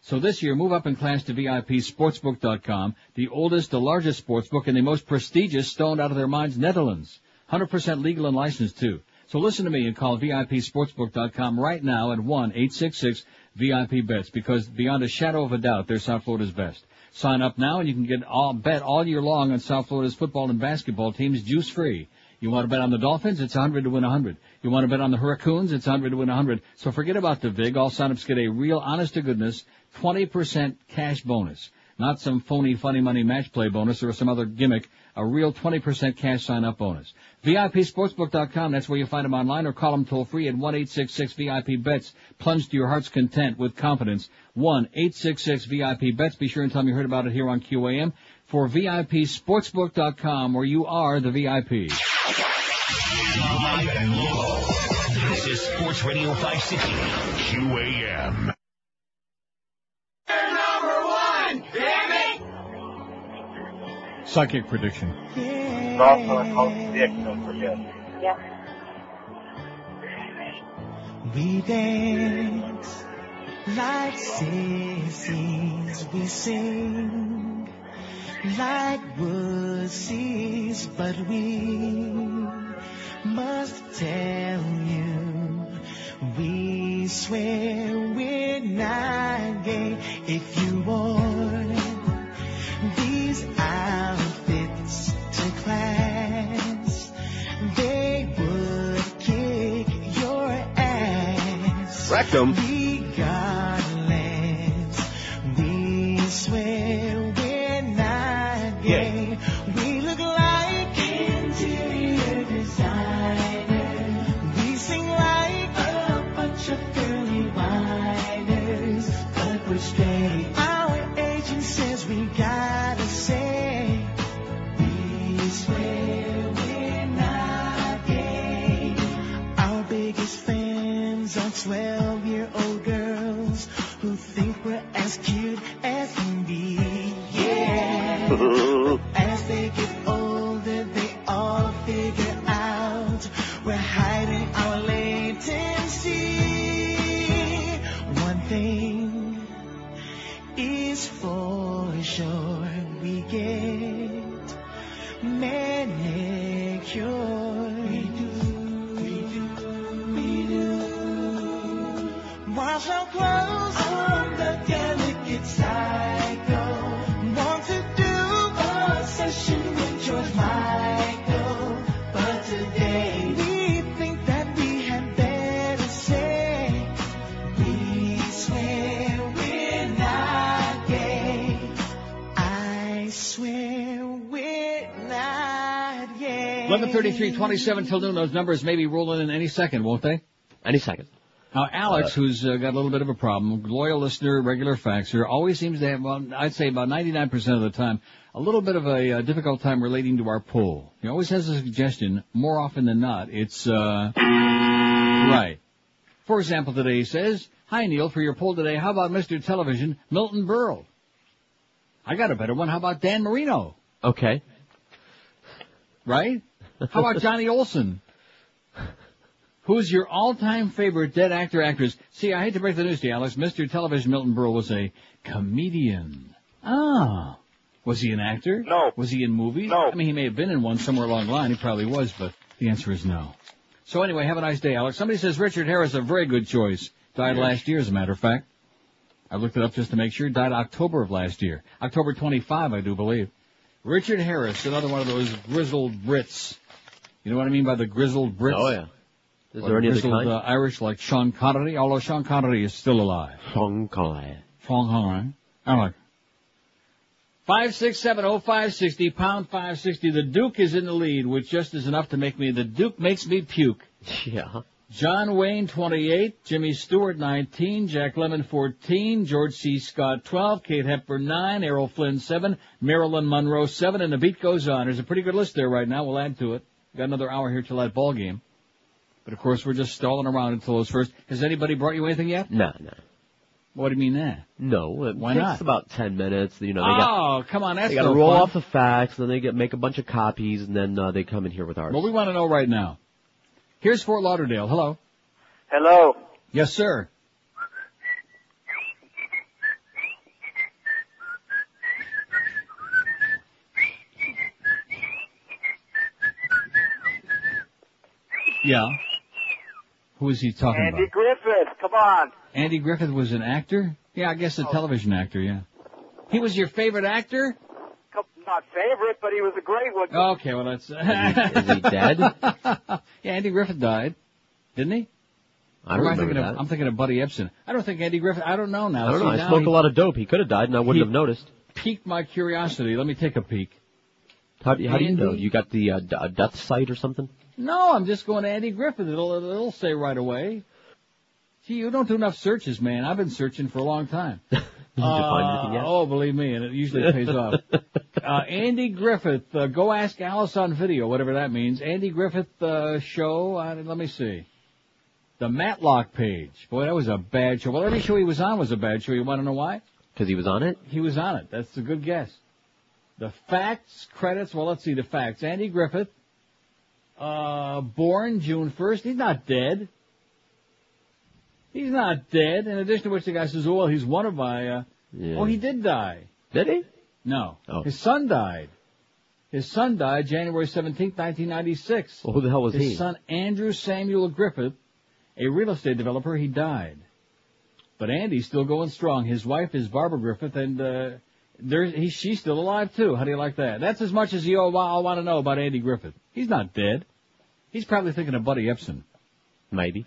S1: So this year, move up in class to VIPSportsbook.com, the oldest, the largest sportsbook, and the most prestigious, stoned out of their minds, Netherlands. 100% legal and licensed too. So listen to me and call VIPSportsbook.com right now at 1-866-VIP-BETS because beyond a shadow of a doubt, they're South Florida's best. Sign up now and you can get all, bet all year long on South Florida's football and basketball teams juice free. You want to bet on the Dolphins? It's 100 to win 100. You want to bet on the Hurricanes? It's 100 to win 100. So forget about the VIG. All signups get a real, honest to goodness, 20% cash bonus. Not some phony, funny money match play bonus or some other gimmick. A real 20% cash sign up bonus. VIPSportsbook.com, that's where you find them online or call them toll free at 1-866-VIP-BETS. Plunge to your heart's content with confidence. 1-866-VIP-BETS. Be sure and tell them you heard about it here on QAM for VIPSportsbook.com where you are the VIP.
S16: Live and local. This is Sports Radio 560 QAM.
S10: Number one, damn it!
S1: Psychic prediction.
S25: It's also a cult dick, don't forget.
S5: Yeah.
S8: We dance like sissies. We sing like wussies. But we must tell you we swear we're not gay. If you wore these outfits to class, they would kick your ass.
S2: Rectum.
S8: Regardless, we swear we're not gay. We look like interior designers. We sing like a bunch of girly whiners, but we're straight. Our agent says we gotta say we swear we're not gay. Our biggest fans are 12 year old girls who think we're as cute as can be. Yeah. As they get older, they all figure out we're hiding our latency. One thing is for sure we get manicure. We do, we do, we do. Wash our clothes on the delicate cycle. Want to do a session with George Michael, but today we think that we had better say we swear we're not gay. I swear we're not gay.
S1: 11:33, 27 till noon. Those numbers may be rolling in any second, won't they?
S2: Any second.
S1: Now, Alex, who's uh, got a little bit of a problem, loyal listener, regular faxer, always seems to have, well, I'd say about 99% of the time, a little bit of a uh, difficult time relating to our poll. He always has a suggestion. More often than not, it's, uh, right. For example, today he says, Hi Neil, for your poll today, how about Mr. Television, Milton Berle? I got a better one. How about Dan Marino?
S2: Okay.
S1: Right? How about Johnny Olson? Who's your all-time favorite dead actor actress? See, I hate to break the news to you, Alex. Mr. Television Milton Berle was a comedian. Ah. Was he an actor? No. Was he in movies? No. I mean, he may have been in one somewhere along the line. He probably was, but the answer is no. So anyway, have a nice day, Alex. Somebody says Richard Harris, a very good choice. Died last year, as a matter of fact. I looked it up just to make sure. Died October of last year. October 25, I do believe. Richard Harris, another one of those grizzled Brits. You know what I mean by the grizzled Brits?
S2: Oh, yeah. Is there
S1: Or
S2: any other
S1: grizzled,
S2: kind?
S1: Uh, Irish like Sean Connery, although Sean Connery is still alive.
S2: Sean Connery.
S1: Sean Connery. I like. Five six seven oh five sixty pound five sixty. The Duke is in the lead, which just is enough to make me. The Duke makes me puke.
S2: Yeah.
S1: John Wayne, 28, Jimmy Stewart, 19, Jack Lemmon, 14, George C. Scott, 12, Kate Hepburn, 9, Errol Flynn, 7, Marilyn Monroe, 7, and the beat goes on. There's a pretty good list there right now. We'll add to it. We've got another hour here till that ball game. But of course, we're just stalling around until those first. Has anybody brought you anything yet?
S2: No, no.
S1: What do you mean that?
S2: No, it
S1: Why
S2: takes
S1: not?
S2: about ten minutes. You know, they got
S1: Oh, come on, that's
S2: they got to
S1: no
S2: roll
S1: fun.
S2: off the facts, then they get make a bunch of copies, and then uh, they come in here with ours.
S1: What we want to know right now. Here's Fort Lauderdale. Hello.
S24: Hello.
S1: Yes, sir. Yeah. Who is he talking
S23: Andy
S1: about?
S23: Griffith, come on.
S1: Andy Griffith was an actor? Yeah, I guess a television actor, yeah. He was your favorite actor?
S23: Not favorite, but he was a great one.
S1: Okay, well that's. is,
S2: he, dead?
S1: yeah, Andy Griffith died, didn't he?
S2: I
S1: Or am
S2: don't remember
S1: thinking
S2: that.
S1: Of, I'm thinking of Buddy Epson. I don't think Andy Griffith. I don't know now.
S2: I don't
S1: See,
S2: know. I
S1: now
S2: smoked
S1: he
S2: a lot of dope. He could have died, and I wouldn't have noticed.
S1: Piqued my curiosity. Let me take a peek.
S2: How, do- how do you know?
S1: Andy?
S2: You got the uh, d- uh, death site or something?
S1: No, I'm just going to Andy Griffith. It'll, it'll say right away. Gee, you don't do enough searches, man. I've been searching for a long time.
S2: find
S1: Uh,
S2: anything yet?
S1: oh, believe me, and it usually pays off. Uh, Andy Griffith, uh, go ask Alice on video, whatever that means. Andy Griffith uh, show. Uh, let me see. The Matlock page. Boy, that was a bad show. Well, every show he was on was a bad show. You want to know why?
S2: Because he was on it.
S1: He was on it. That's a good guess. The facts, credits, well, let's see the facts. Andy Griffith, uh, born June 1st. He's not dead. He's not dead. In addition to which, the guy says, "Oh well, he's one of my." Uh... Oh, he did die.
S2: Did he? Oh.
S1: No. His son died. His son died January seventeenth, 1996.
S2: Well, who the hell was
S1: His
S2: he?
S1: son Andrew Samuel Griffith, a real estate developer, he died. But Andy's still going strong. His wife is Barbara Griffith, and uh, there he, she's still alive too. How do you like that? That's as much as you all, all want to know about Andy Griffith. He's not dead. He's probably thinking of Buddy Epson.
S2: Maybe.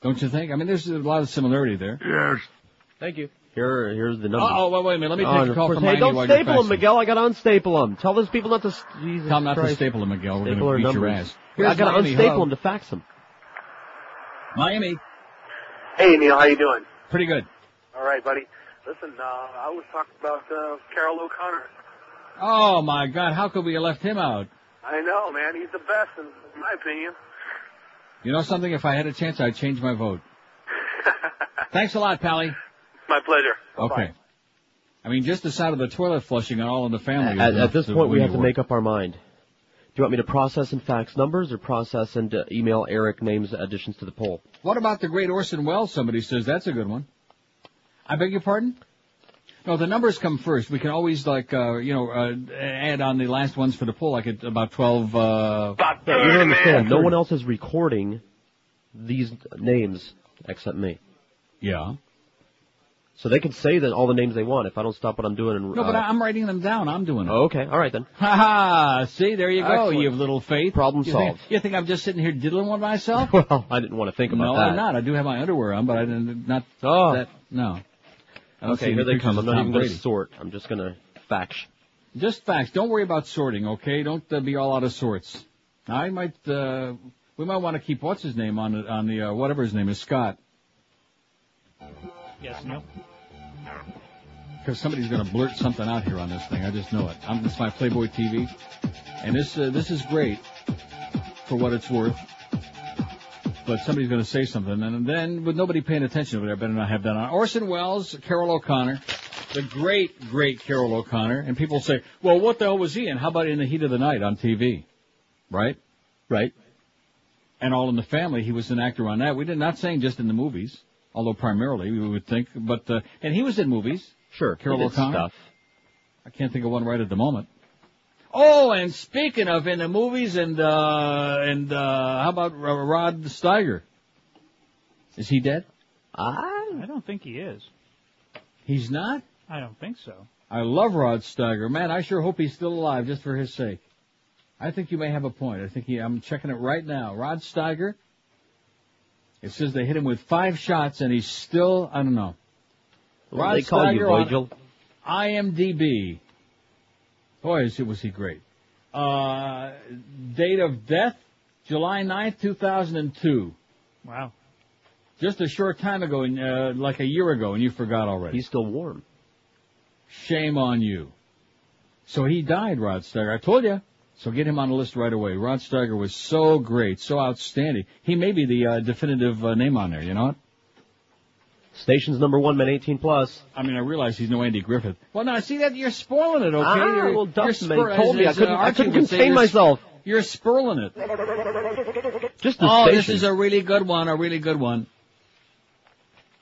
S1: Don't you think? I mean, there's a lot of similarity there.
S2: Yes.
S1: Thank you.
S2: Here, here's the number.
S1: Oh, wait, wait a minute. Let me take a call from
S2: hey,
S1: Miami
S2: don't
S1: while you're
S2: staple them,
S1: faxing.
S2: Miguel. I got to unstaple them. Tell those people not to. s- Jesus
S1: Tell 'em not to
S2: Christ.
S1: staple them, Miguel. We're
S2: Staple
S1: gonna
S2: our
S1: beat your
S2: numbers.
S1: ass. Here's
S2: I got to
S1: Miami,
S2: unstaple
S1: hello.
S2: them to fax them.
S1: Miami.
S24: Hey, Neil, how you doing?
S1: Pretty good.
S24: All right, buddy. Listen, uh, I was talking about uh, Carol O'Connor.
S1: Oh my God! How could we have left him out?
S24: I know, man. He's the best, in my opinion.
S1: You know something? If I had a chance, I'd change my vote. Thanks a lot, Pally.
S24: My pleasure.
S1: Okay. I mean, just the sound of the toilet flushing and all in the family.
S2: At,
S1: is
S2: at
S1: enough
S2: this point, we
S1: win
S2: have
S1: you
S2: to
S1: over.
S2: make up our mind. Do you want me to process and fax numbers or process and uh, email Eric names additions to the poll?
S1: What about the great Orson Welles? Somebody says that's a good one. I beg your pardon? No, the numbers come first. We can always like uh, you know uh, add on the last ones for the poll, like at about twelve. Uh,
S2: But you don't understand. No one else is recording these names except me.
S1: Yeah.
S2: So they can say that all the names they want if I don't stop what I'm doing. And,
S1: No, but
S2: uh,
S1: I'm writing them down. I'm doing it.
S2: Oh, okay. All right then.
S1: Ha ha! See, there you go.
S2: Excellent.
S1: You have little faith.
S2: Problem
S1: you
S2: solved.
S1: Think, you think I'm just sitting here diddling with myself?
S2: Well, I didn't want to think about
S1: no,
S2: that.
S1: I'm not. I do have my underwear on, but I didn't. Not
S2: oh.
S1: that. No. I don't see
S2: Okay,
S1: any
S2: here they
S1: pictures
S2: come.
S1: of
S2: I'm not
S1: Tom
S2: even going to
S1: Brady.
S2: sort. I'm just going to fax.
S1: Just facts. Don't worry about sorting, okay? Don't uh, be all out of sorts. I might, uh, we might want to keep what's his name on the, on the, uh, whatever his name is, Scott,
S14: Yes, no.
S1: because somebody's going to blurt something out here on this thing. I just know it. I'm, it's my Playboy TV, and this uh, this is great for what it's worth. But somebody's going to say something, and then with nobody paying attention over there, I better not have that on. Orson Welles, Carol O'Connor, the great, great Carol O'Connor, and people say, "Well, what the hell was he in? How about in the heat of the night on TV?" Right?
S2: Right.
S1: And All in the Family, he was an actor on that. We did not saying just in the movies, although primarily we would think, but uh, and he was in movies.
S2: Sure,
S1: Carol
S2: he did
S1: O'Connor.
S2: stuff.
S1: I can't think of one right at the moment. Oh, and speaking of in the movies, and uh and uh how about R- Rod Steiger? Is he dead?
S14: I don't think he is.
S1: He's not.
S14: I don't think so.
S1: I love Rod Steiger, man. I sure hope he's still alive, just for his sake. I think you may have a point. I think he. I'm checking it right now. Rod Steiger. It says they hit him with five shots, and he's still. I don't know.
S2: What
S1: Rod
S2: do they call you,
S1: Steiger on
S2: Virgil?
S1: IMDb. Boy, is, was he great. Uh, date of death, July 9th, 2002.
S14: Wow.
S1: Just a short time ago, and, uh, like a year ago, and you forgot already.
S2: He's still warm.
S1: Shame on you. So he died, Rod Steiger. I told you. So get him on the list right away. Rod Steiger was so great, so outstanding. He may be the uh, definitive uh, name on there, you know it?
S2: Station's number one, men 18 plus.
S1: I mean, I realize he's no Andy Griffith. Well, now see that you're spoiling it, okay?
S2: Ah,
S1: you're,
S2: well,
S1: you're
S2: Dustman
S1: spur-
S2: told
S1: as-
S2: me I
S1: as, uh,
S2: couldn't- I
S1: Archie
S2: couldn't
S1: would say,
S2: contain
S1: you're-
S2: myself.
S1: You're spurling it.
S2: Just
S1: oh, this
S2: station.
S1: is a really good one, a really good one.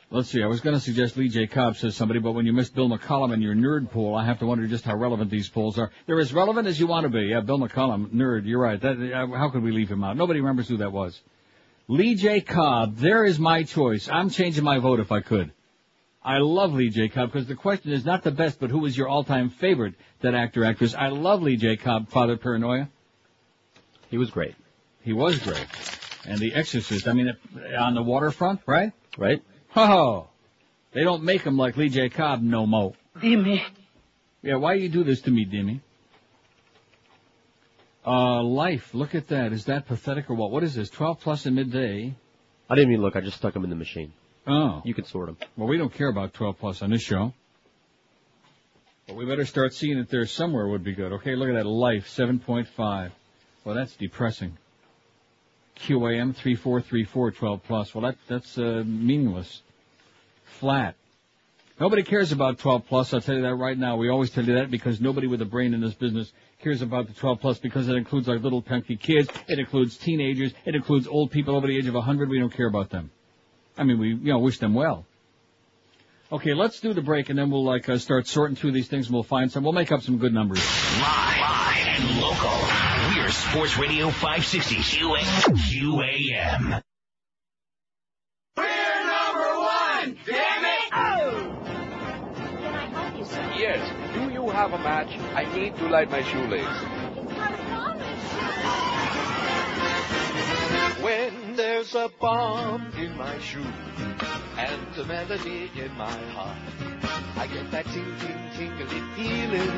S1: Let's see, I was going to suggest Lee J. Cobb, says somebody, but when you miss Bill McCollum in your nerd poll, I have to wonder just how relevant these polls are. They're as relevant as you want to be. Yeah, Bill McCollum, nerd, you're right. That, uh, how could we leave him out? Nobody remembers who that was. Lee J. Cobb, there is my choice. I'm changing my vote if I could. I love Lee J. Cobb because the question is not the best, but who was your all-time favorite, that actor, actress. I love Lee J. Cobb, Father Paranoia.
S2: He was great.
S1: He was great. And The Exorcist, I mean, uh, on the waterfront, right?
S2: Right.
S1: Oh, they don't make them like Lee J. Cobb no mo. Dimmy. Yeah, why you do this to me, Dimmy? Uh, life, look at that. Is that pathetic or what? What is this, 12 plus in midday?
S2: I didn't even look. I just stuck them in the machine.
S1: Oh.
S2: You can sort them.
S1: Well, we don't care about 12 plus on this show. But we better start seeing it there somewhere would be good. Okay, look at that life, 7.5. Well, that's depressing. QAM 3434 12 plus. Well, that, that's, uh, meaningless. Flat. Nobody cares about 12 plus. I'll tell you that right now. We always tell you that because nobody with a brain in this business cares about the 12 plus because it includes our little punky kids. It includes teenagers. It includes old people over the age of 100. We don't care about them. I mean, we, you know, wish them well. Okay, let's do the break and then we'll like uh, start sorting through these things and we'll find some. We'll make up some good numbers.
S16: Live, live and local. We're Sports Radio 560 QA, QAM.
S26: We're number one! Damn it!
S8: Yes. Do you have a match? I need to light my shoelace. When there's a bomb in my shoe and a melody in my heart, I get that ting ting tingly feeling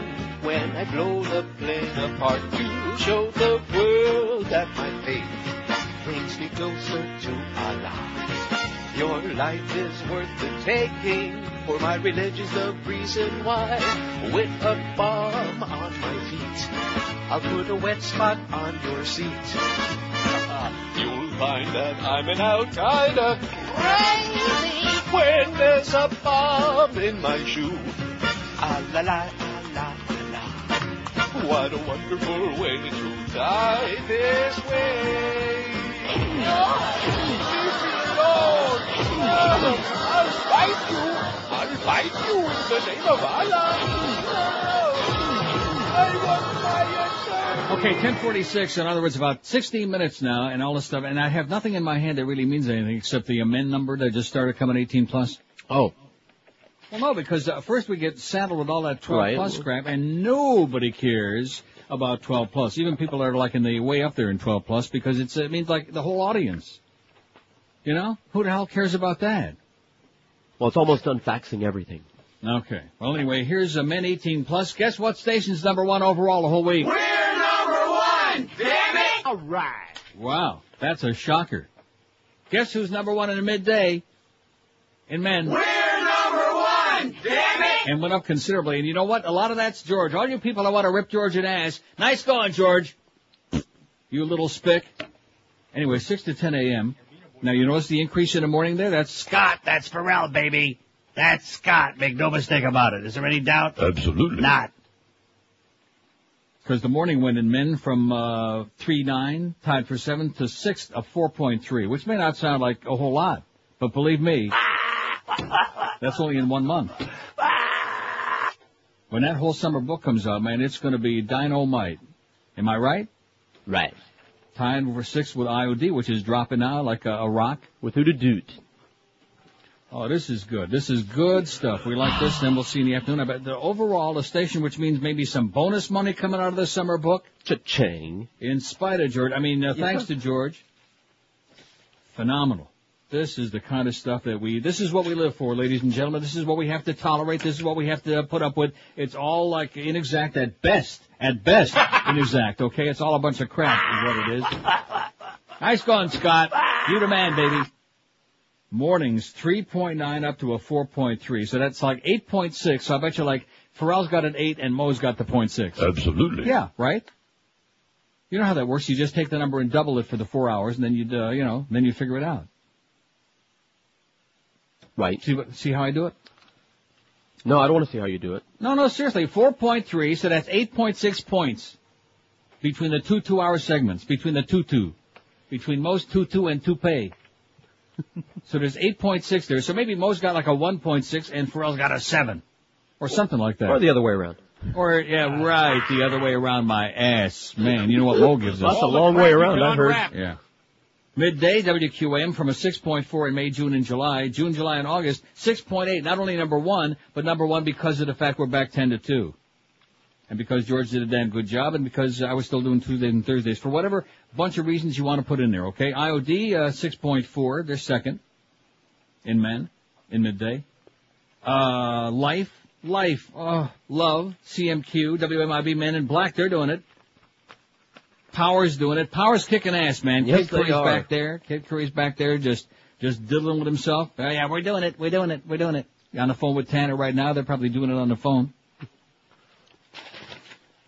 S8: when I blow the plane apart to show the world that my faith brings me closer to Allah. Your life is worth the taking, for my religion's the reason why. With a bomb on my feet, I'll put a wet spot on your seat. You'll find that I'm an Al Qaeda crazy when there's a bomb in my shoe. Ah la la ah, la la. What a wonderful way to die this way. Leave me alone. I'll fight you. I'll fight you in the name of Allah. I want my attorney.
S1: Okay, 1046, in other words, about 16 minutes now and all this stuff, and I have nothing in my hand that really means anything except the amend number that just started coming 18 plus.
S2: Oh.
S1: Well, no, because uh, first we get saddled with all that 12
S2: Right.
S1: plus crap, and nobody cares about 12 plus. Even people that are like in the way up there in 12 plus, because it's it means like the whole audience. You know, who the hell cares about that?
S2: Well, it's almost done faxing everything.
S1: Okay. Well, anyway, here's a men 18 plus. Guess what station's number one overall the whole week?
S26: We're number one! Damn it! Alright.
S1: Wow, that's a shocker. Guess who's number one in the midday? In men.
S26: We're number one! Damn it!
S1: And went up considerably. And you know what? A lot of that's George. All you people that want to rip George an ass. Nice going, George. You little spick. Anyway, 6 to 10 a.m. Now you notice the increase in the morning there? That's Scott. That's Pharrell, baby. That's Scott. Make no mistake about it. Is there any doubt? Absolutely. Not. Because the morning went in men from uh, 3-9, tied for 7th, to 6th of 4.3, which may not sound like a whole lot. But believe me, that's only in one month. When that whole summer book comes out, man, it's going to be dynamite. Am I right?
S2: Right.
S1: Tied for 6th with IOD, which is dropping now like a, a rock.
S2: With who to doot.
S1: Oh, this is good. This is good stuff. We like this, then we'll see in the afternoon. I bet the overall, the station, which means maybe some bonus money coming out of the summer book.
S2: Cha-ching.
S1: In spite of George. I mean, uh, thanks to George. Phenomenal. This is the kind of stuff that we, this is what we live for, ladies and gentlemen. This is what we have to tolerate. This is what we have to put up with. It's all like inexact at best. At best, inexact, okay? It's all a bunch of crap is what it is. Nice going, Scott. You the man, baby. Mornings, 3.9 up to a 4.3. So that's like 8.6. So I bet you like Pharrell's got an 8 and Moe's got the 0.6. Absolutely. Yeah, right? You know how that works. You just take the number and double it for the four hours and then you, uh, you know, then you figure it out.
S2: Right.
S1: See, what- see how I do it?
S2: No, I don't want to see how you do it.
S1: No, no, seriously, 4.3, so that's 8.6 points between the two two-hour segments, between the two-two, between most two-two and toupee. so there's 8.6 there, so maybe Mo's got like a 1.6 and Pharrell's got a 7. Or something like that.
S2: Or the other way around.
S1: Or, yeah, right, the other way around my ass. Man, you know what Mo gives us.
S2: That's a long way around, I've heard.
S1: Yeah. Midday WQAM from a 6.4 in May, June, and July. June, July, and August, 6.8. Not only number one, but number one because of the fact we're back 10 to 2. And because George did a damn good job, and because I was still doing Tuesdays and Thursdays. For whatever bunch of reasons you want to put in there, okay? IOD, uh, 6.4, they're second in men, in midday. Uh, life, life, oh, love, CMQ, WMIB men in black, they're doing it. Power's doing it. Power's kicking ass, man.
S2: Yes,
S1: Kid
S2: they
S1: Curry's
S2: are.
S1: back there. Kid Curry's back there just, just diddling with himself. Oh, yeah, we're doing it. We're doing it. We're doing it. On the phone with Tanner right now. They're probably doing it on the phone.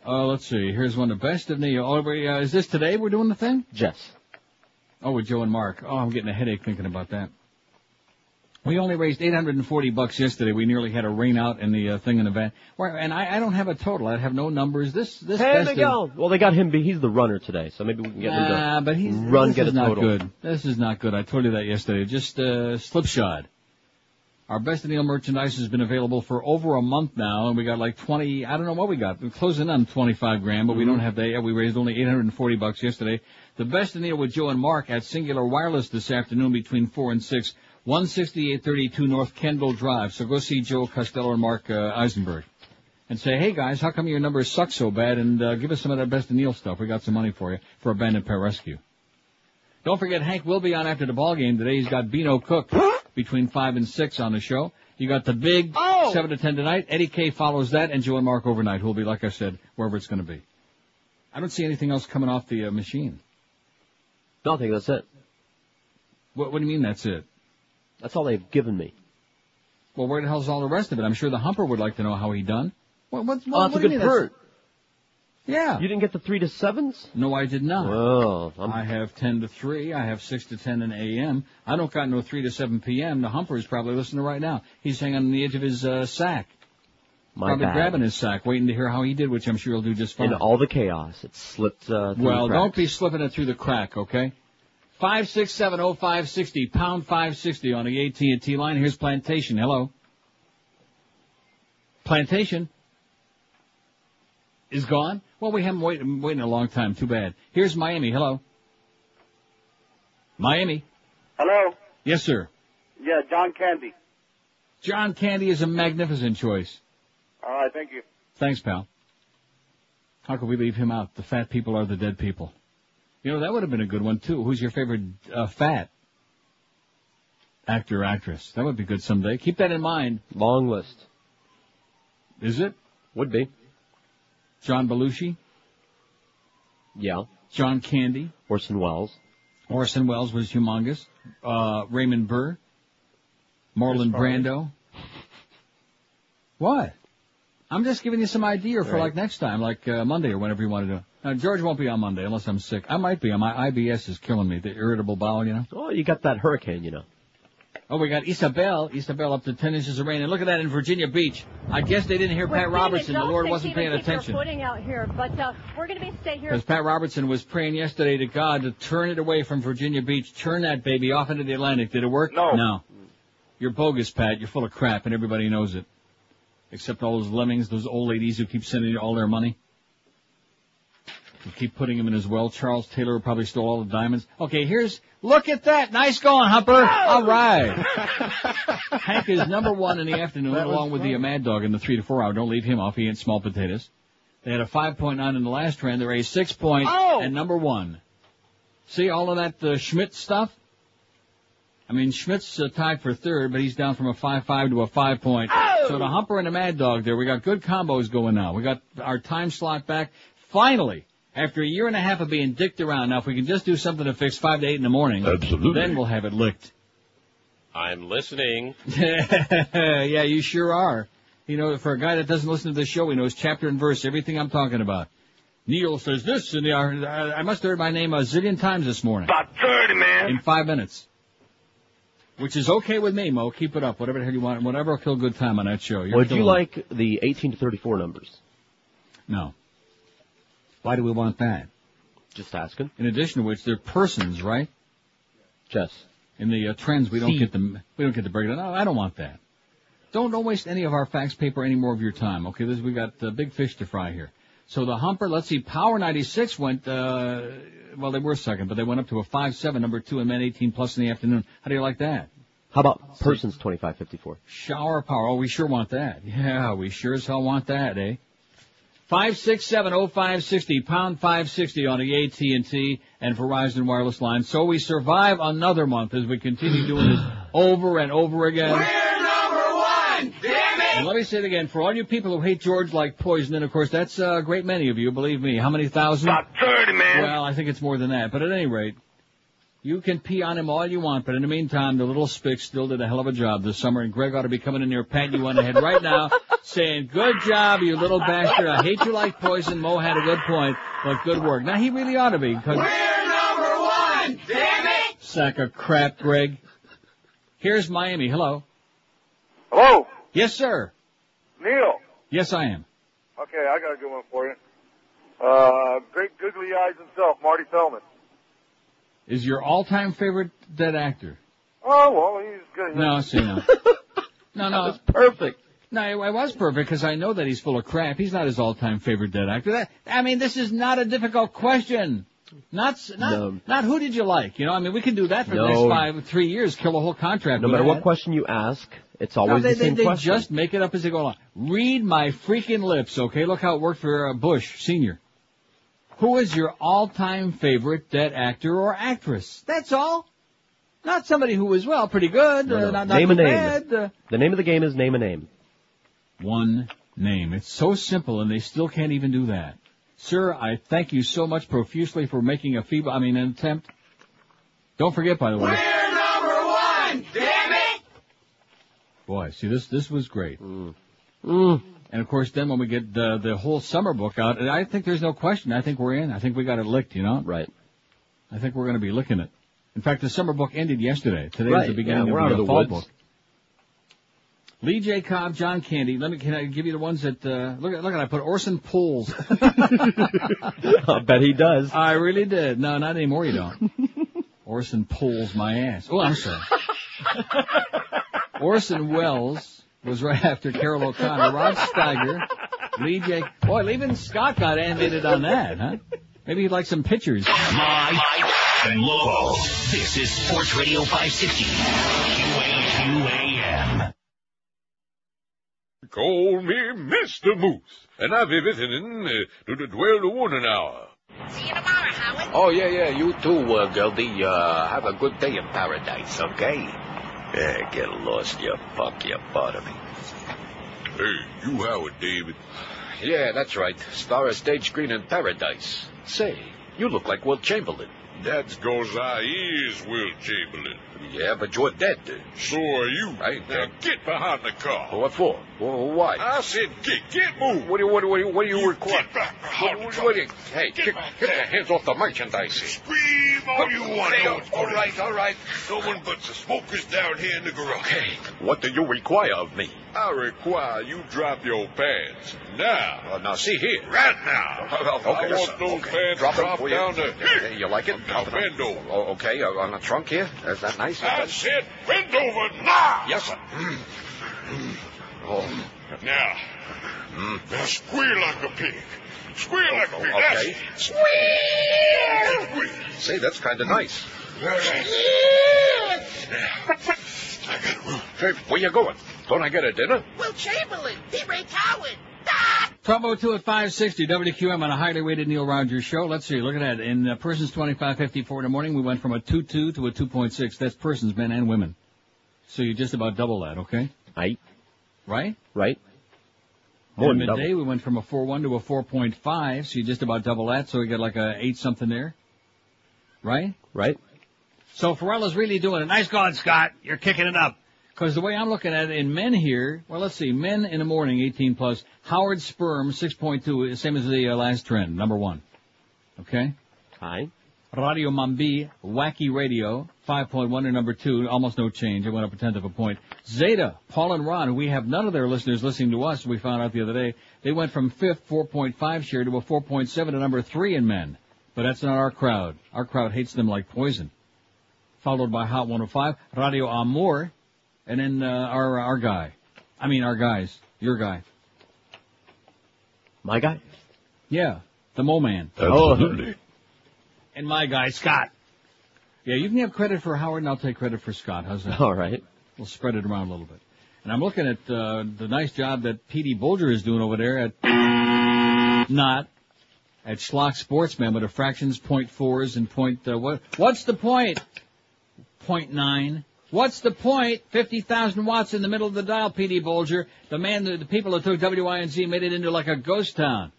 S1: Uh, let's see. Here's one of the best of Neo. Oh, we, uh, is this today we're doing the thing?
S2: Yes.
S1: Oh, with Joe and Mark. Oh, I'm getting a headache thinking about that. We only raised 840 bucks yesterday. We nearly had a rain out in the uh, thing in the van. Well, and I, I don't have a total. I have no numbers. This this
S2: Hey,
S1: best of-
S2: Miguel. Well, they got him. be- He's the runner today, so maybe we can get him to
S1: Nah, but he's
S2: run,
S1: this
S2: get
S1: is
S2: a
S1: not
S2: total.
S1: good. This is not good. I told you that yesterday. Just uh, slipshod. Our best in the merchandise has been available for over a month now, and we got like 20. I don't know what we got. We're closing on 25 grand, but we
S2: Mm-hmm.
S1: don't have that. yet. We raised only 840 bucks yesterday. The best in the with Joe and Mark at Singular Wireless this afternoon between four and six. 16832 North Kendall Drive. So go see Joe Costello and Mark uh, Eisenberg and say, hey guys, how come your numbers suck so bad? And uh, give us some of that best of Neil stuff. We got some money for you for abandoned pet rescue. Don't forget, Hank will be on after the ball game today. He's got Beano Cook between five and six on the show. You got the big seven to ten tonight. Eddie K follows that, and Joe and Mark overnight, who will be, like I said, wherever it's going to be. I don't see anything else coming off the uh, machine.
S2: Nothing. That's it.
S1: What, what do you mean that's it?
S2: That's all they've given me.
S1: Well, where the hell's all the rest of it? I'm sure the Humper would like to know how he done. What, what,
S2: oh,
S1: what do
S2: that's a
S1: you
S2: good
S1: mean that's-
S2: pert.
S1: Yeah.
S2: You didn't get the three to sevens?
S1: No, I did not.
S2: Well,
S1: i have 10 to 3. I have 6 to 10 in AM. I don't got no 3 to 7 PM. The Humper is probably listening right now. He's hanging on the edge of his uh, sack.
S2: My
S1: probably
S2: bad.
S1: grabbing his sack, waiting to hear how he did, which I'm sure he'll do just fine.
S2: In all the chaos, it slipped. Uh, through
S1: well,
S2: the
S1: don't
S2: cracks.
S1: be slipping it through the crack, okay? 5670560, pound 560 on the AT&T line. Here's Plantation. Hello. Plantation is gone? Well, we haven't wait, waiting a long time. Too bad. Here's Miami. Hello. Miami.
S17: Hello?
S1: Yes, sir.
S17: Yeah, John Candy.
S1: John Candy is a magnificent choice.
S17: All right, thank you.
S1: Thanks, pal. How could we leave him out? The fat people are the dead people. You know, that would have been a good one, too. Who's your favorite uh, fat actor or actress? That would be good someday. Keep that in mind.
S2: Long list.
S1: Is it?
S2: Would be.
S1: John Belushi?
S2: Yeah.
S1: John Candy?
S2: Orson Welles.
S1: Orson Welles was humongous. Uh, Raymond Burr? Marlon
S2: Chris Farley.
S1: Brando? What? I'm just giving you some idea for
S2: Right.
S1: like next time, like uh, Monday or whenever you want to do. it. Now George won't be on Monday unless I'm sick. I might be. My IBS is killing me. The irritable bowel, you know.
S2: Oh, you got that hurricane, you know.
S1: Oh, we got Isabel. Isabel up to 10 inches of rain. And look at that in Virginia Beach. I guess they didn't hear
S18: We're
S1: Pat
S18: praying
S1: Robertson. The
S18: adults
S1: Lord
S18: that
S1: wasn't
S18: keep-
S1: paying
S18: keep their
S1: attention.
S18: footing out here, but uh, we're going to be stay here.
S1: Because Pat Robertson was praying yesterday to God to turn it away from Virginia Beach, turn that baby off into the Atlantic. Did it work? No. No. You're bogus, Pat. You're full of crap, and everybody knows it. Except all those lemmings, those old ladies who keep sending you all their money. Who keep putting them in as well. Charles Taylor probably stole all the diamonds. Okay, here's, look at that. Nice going, Humper. All right. Hank is number one in the afternoon,
S19: That was
S1: along with the Mad Dog in the three to four hour. Don't leave him off. He ain't small potatoes. They had a 5.9 in the last trend. They're a 6 point and number one. See all of that uh, Schmidt stuff? I mean, Schmidt's uh, tied for third, but he's down from a 5.5 to a 5 point. So the Humper and the Mad Dog there. We got good combos going now. We got our time slot back. Finally, after a year and a half of being dicked around, now if we can just do something to fix 5 to 8 in the morning, Absolutely. then we'll have it licked.
S20: I'm listening.
S1: yeah, you sure are. You know, for a guy that doesn't listen to this show, he knows chapter and verse, everything I'm talking about. Neil says this, and the, uh, I I must have heard my name a zillion times this morning. About 30, man. In five minutes. Which is okay with me, Mo. Keep it up. Whatever the hell you want. Whatever will kill good time on that show. You're
S2: Would you
S1: killing it.
S2: like the 18 to 34 numbers?
S1: No. Why do we want that?
S2: Just asking.
S1: In addition to which, they're persons, right?
S2: Yes.
S1: In the uh, trends, we don't
S2: See.
S1: get the we don't get the breakdown. No, I don't want that. Don't don't waste any of our fax paper any more of your time. Okay, this we got uh, big fish to fry here. So the Humper, let's see, Power 96 went, uh, well, they were second, but they went up to a 5-7, number two, and men 18 plus in the afternoon. How do you like that?
S2: How about persons 2554?
S1: Shower power. Oh, we sure want that. Yeah, we sure as hell want that, eh? Five six seven oh five sixty pound five sixty on the AT and T and Verizon wireless line. So we survive another month as we continue doing this over and over again. And let me say it again for all you people who hate George like poison. And of course, that's uh, a great many of you. Believe me, how many thousand? About
S16: thirty, man.
S1: Well, I think it's more than that. But at any rate, you can pee on him all you want, but in the meantime, the little spick still did a hell of a job this summer, and Greg ought to be coming in there patting you on the head right now, saying, good job, you little bastard. I hate you like poison. Mo had a good point, but good work. Now, he really ought to be, because
S10: number one, damn it!
S1: sack of crap, Greg. Here's Miami. Hello.
S25: Hello.
S1: Yes, sir.
S25: Neil.
S1: Yes, I am.
S25: Okay, I got a good one for you. Uh, great googly eyes himself, Marty Feldman.
S1: Is your all-time favorite dead actor?
S25: Oh well, he's good.
S1: No, see, no. No, no.
S2: That was perfect.
S1: No, it, it was perfect because I know that he's full of crap. He's not his all-time favorite dead actor. That, I mean, this is not a difficult question. Not, s- not,
S2: No.
S1: not who did you like? You know, I mean, we can do that for the
S2: No.
S1: next five, three years, kill a whole contract.
S2: No
S1: with
S2: matter what
S1: that.
S2: question you ask, it's
S1: No,
S2: always
S1: they,
S2: the same
S1: they, they
S2: question.
S1: just make it up as they go along. Read my freaking lips, okay? Look how it worked for uh, Bush Senior. Who is your all-time favorite dead actor or actress? That's all. Not somebody who was well, pretty good,
S2: No,
S1: Uh,
S2: no.
S1: not, not
S2: name
S1: too
S2: a name.
S1: bad. uh,
S2: The name of the game is name a name.
S1: One name. It's so simple, and they still can't even do that. Sir, I thank you so much profusely for making a feeble, I mean, an attempt. Don't forget, by the way.
S27: number one, damn it!
S1: Boy, see this this was great. Mm. And of course, then when we get the the whole summer book out, and I think there's no question. I think we're in. I think we got it licked. You know.
S2: Right.
S1: I think we're going to be licking it. In fact, the summer book ended yesterday. Today
S2: Right,
S1: is the beginning
S2: yeah, we're
S1: of,
S2: out
S1: the
S2: of the
S1: fall
S2: woods.
S1: book. Lee J. Cobb, John Candy. Let me can I give you the ones that uh, look at look at I put Orson Pools.
S2: I bet he does.
S1: I really did. No, not anymore. You don't. Orson pulls my ass. Oh, I'm sorry. Orson Welles was right after Carol O'Connor. Rod Steiger, Lee J. Boy, even Scott got animated on that, huh? Maybe he'd like some pictures.
S16: My and Lobo. This is Sports Radio 560. QAM.
S8: Call me Mr. Moose, and I'll be visiting uh, to the 12 to 1 an hour.
S10: Oh, yeah, yeah, you too, uh, Goldie. Uh, have a good day in paradise, okay? Yeah, get lost, you fuck, you part of me.
S8: Hey, you Howard, David.
S10: Yeah, that's right. Star a stage screen in paradise. Say, you look like Will Chamberlain.
S8: That's 'cause I is Will Chamberlain.
S10: Yeah, but you're dead.
S8: So are you. Right. Now get behind the car.
S10: What for? Wh- Why?
S8: I said get, get moving.
S10: What do you, what do you, what do you, require?
S8: Get back
S10: What,
S8: behind
S10: what,
S8: the
S10: what
S8: car.
S10: do you, hey, get, get your hands off the merchandise.
S8: Scream all you want.
S10: Hey,
S8: Howard.
S10: all right, all right.
S8: No one but the smokers down here in the garage.
S10: What do you require of me?
S8: I require you drop your pants now.
S10: Uh, now, see here. Oh,
S8: Right now.
S10: Okay,
S8: I
S10: yes,
S8: want
S10: sir.
S8: those
S10: Okay.
S8: pants
S10: Drop 'em
S8: dropped
S10: for you.
S8: down to
S10: Yeah, yeah, you like it?
S8: Now
S10: Drop 'em.
S8: bend over.
S10: Oh, okay, uh, on the trunk here. Is that nice?
S8: I said bend over now.
S10: Yes, sir. Oh, Hmm.
S8: Now. Now squeal like a pig. Squeal like a pig. That's
S10: okay.
S8: it. Squeal!
S10: Say, that's kind of nice.
S8: That's it.
S10: Hey, where you going? Don't I get a dinner?
S27: Will Chamberlain, he Ray Howard.
S1: 1202 at 560 WQM on a highly rated Neil Rogers show. Let's see. Look at that. In uh, persons 2554 in the morning, we went from a 2.2 to a 2.6. That's persons, men and women. So you just about double that, okay?
S2: Right.
S1: Right?
S2: Right. More
S1: In
S2: than double.
S1: midday, we went from a 4.1 to a 4.5, so you just about double that, so we get like a 8 something there. Right?
S2: Right.
S1: So Pharrell is really doing it. Nice going, Scott. You're kicking it up. Because the way I'm looking at it, in men here, well, let's see, men in the morning, 18 plus, Howard Sperm, 6.2, same as the uh, last trend, number one. Okay?
S2: Hi.
S1: Radio Mambi, Wacky Radio, 5.1 and number two, almost no change. It went up a tenth of a point. Zeta, Paul and Ron, we have none of their listeners listening to us, we found out the other day. They went from fifth, 4.5 share to a 4.7 to number three in men. But that's not our crowd. Our crowd hates them like poison. Followed by Hot 105, Radio Amor, and then, uh, our, our guy. I mean, our guys. Your guy.
S2: My guy? Oh.
S1: Yeah. The Mo Man.
S2: Absolutely.
S1: And my guy, Scott. Yeah, you can have credit for Howard, and I'll take credit for Scott. How's that?
S2: All right.
S1: We'll spread it around a little bit. And I'm looking at uh, the nice job that P.D. Bulger is doing over there at not at Schlock Sportsman with the fractions, point fours, and point uh, what? What's the point? Point nine. What's the point? Fifty thousand watts in the middle of the dial, P.D. Bulger. The man, the, the people that took WINZ made it into like a ghost town.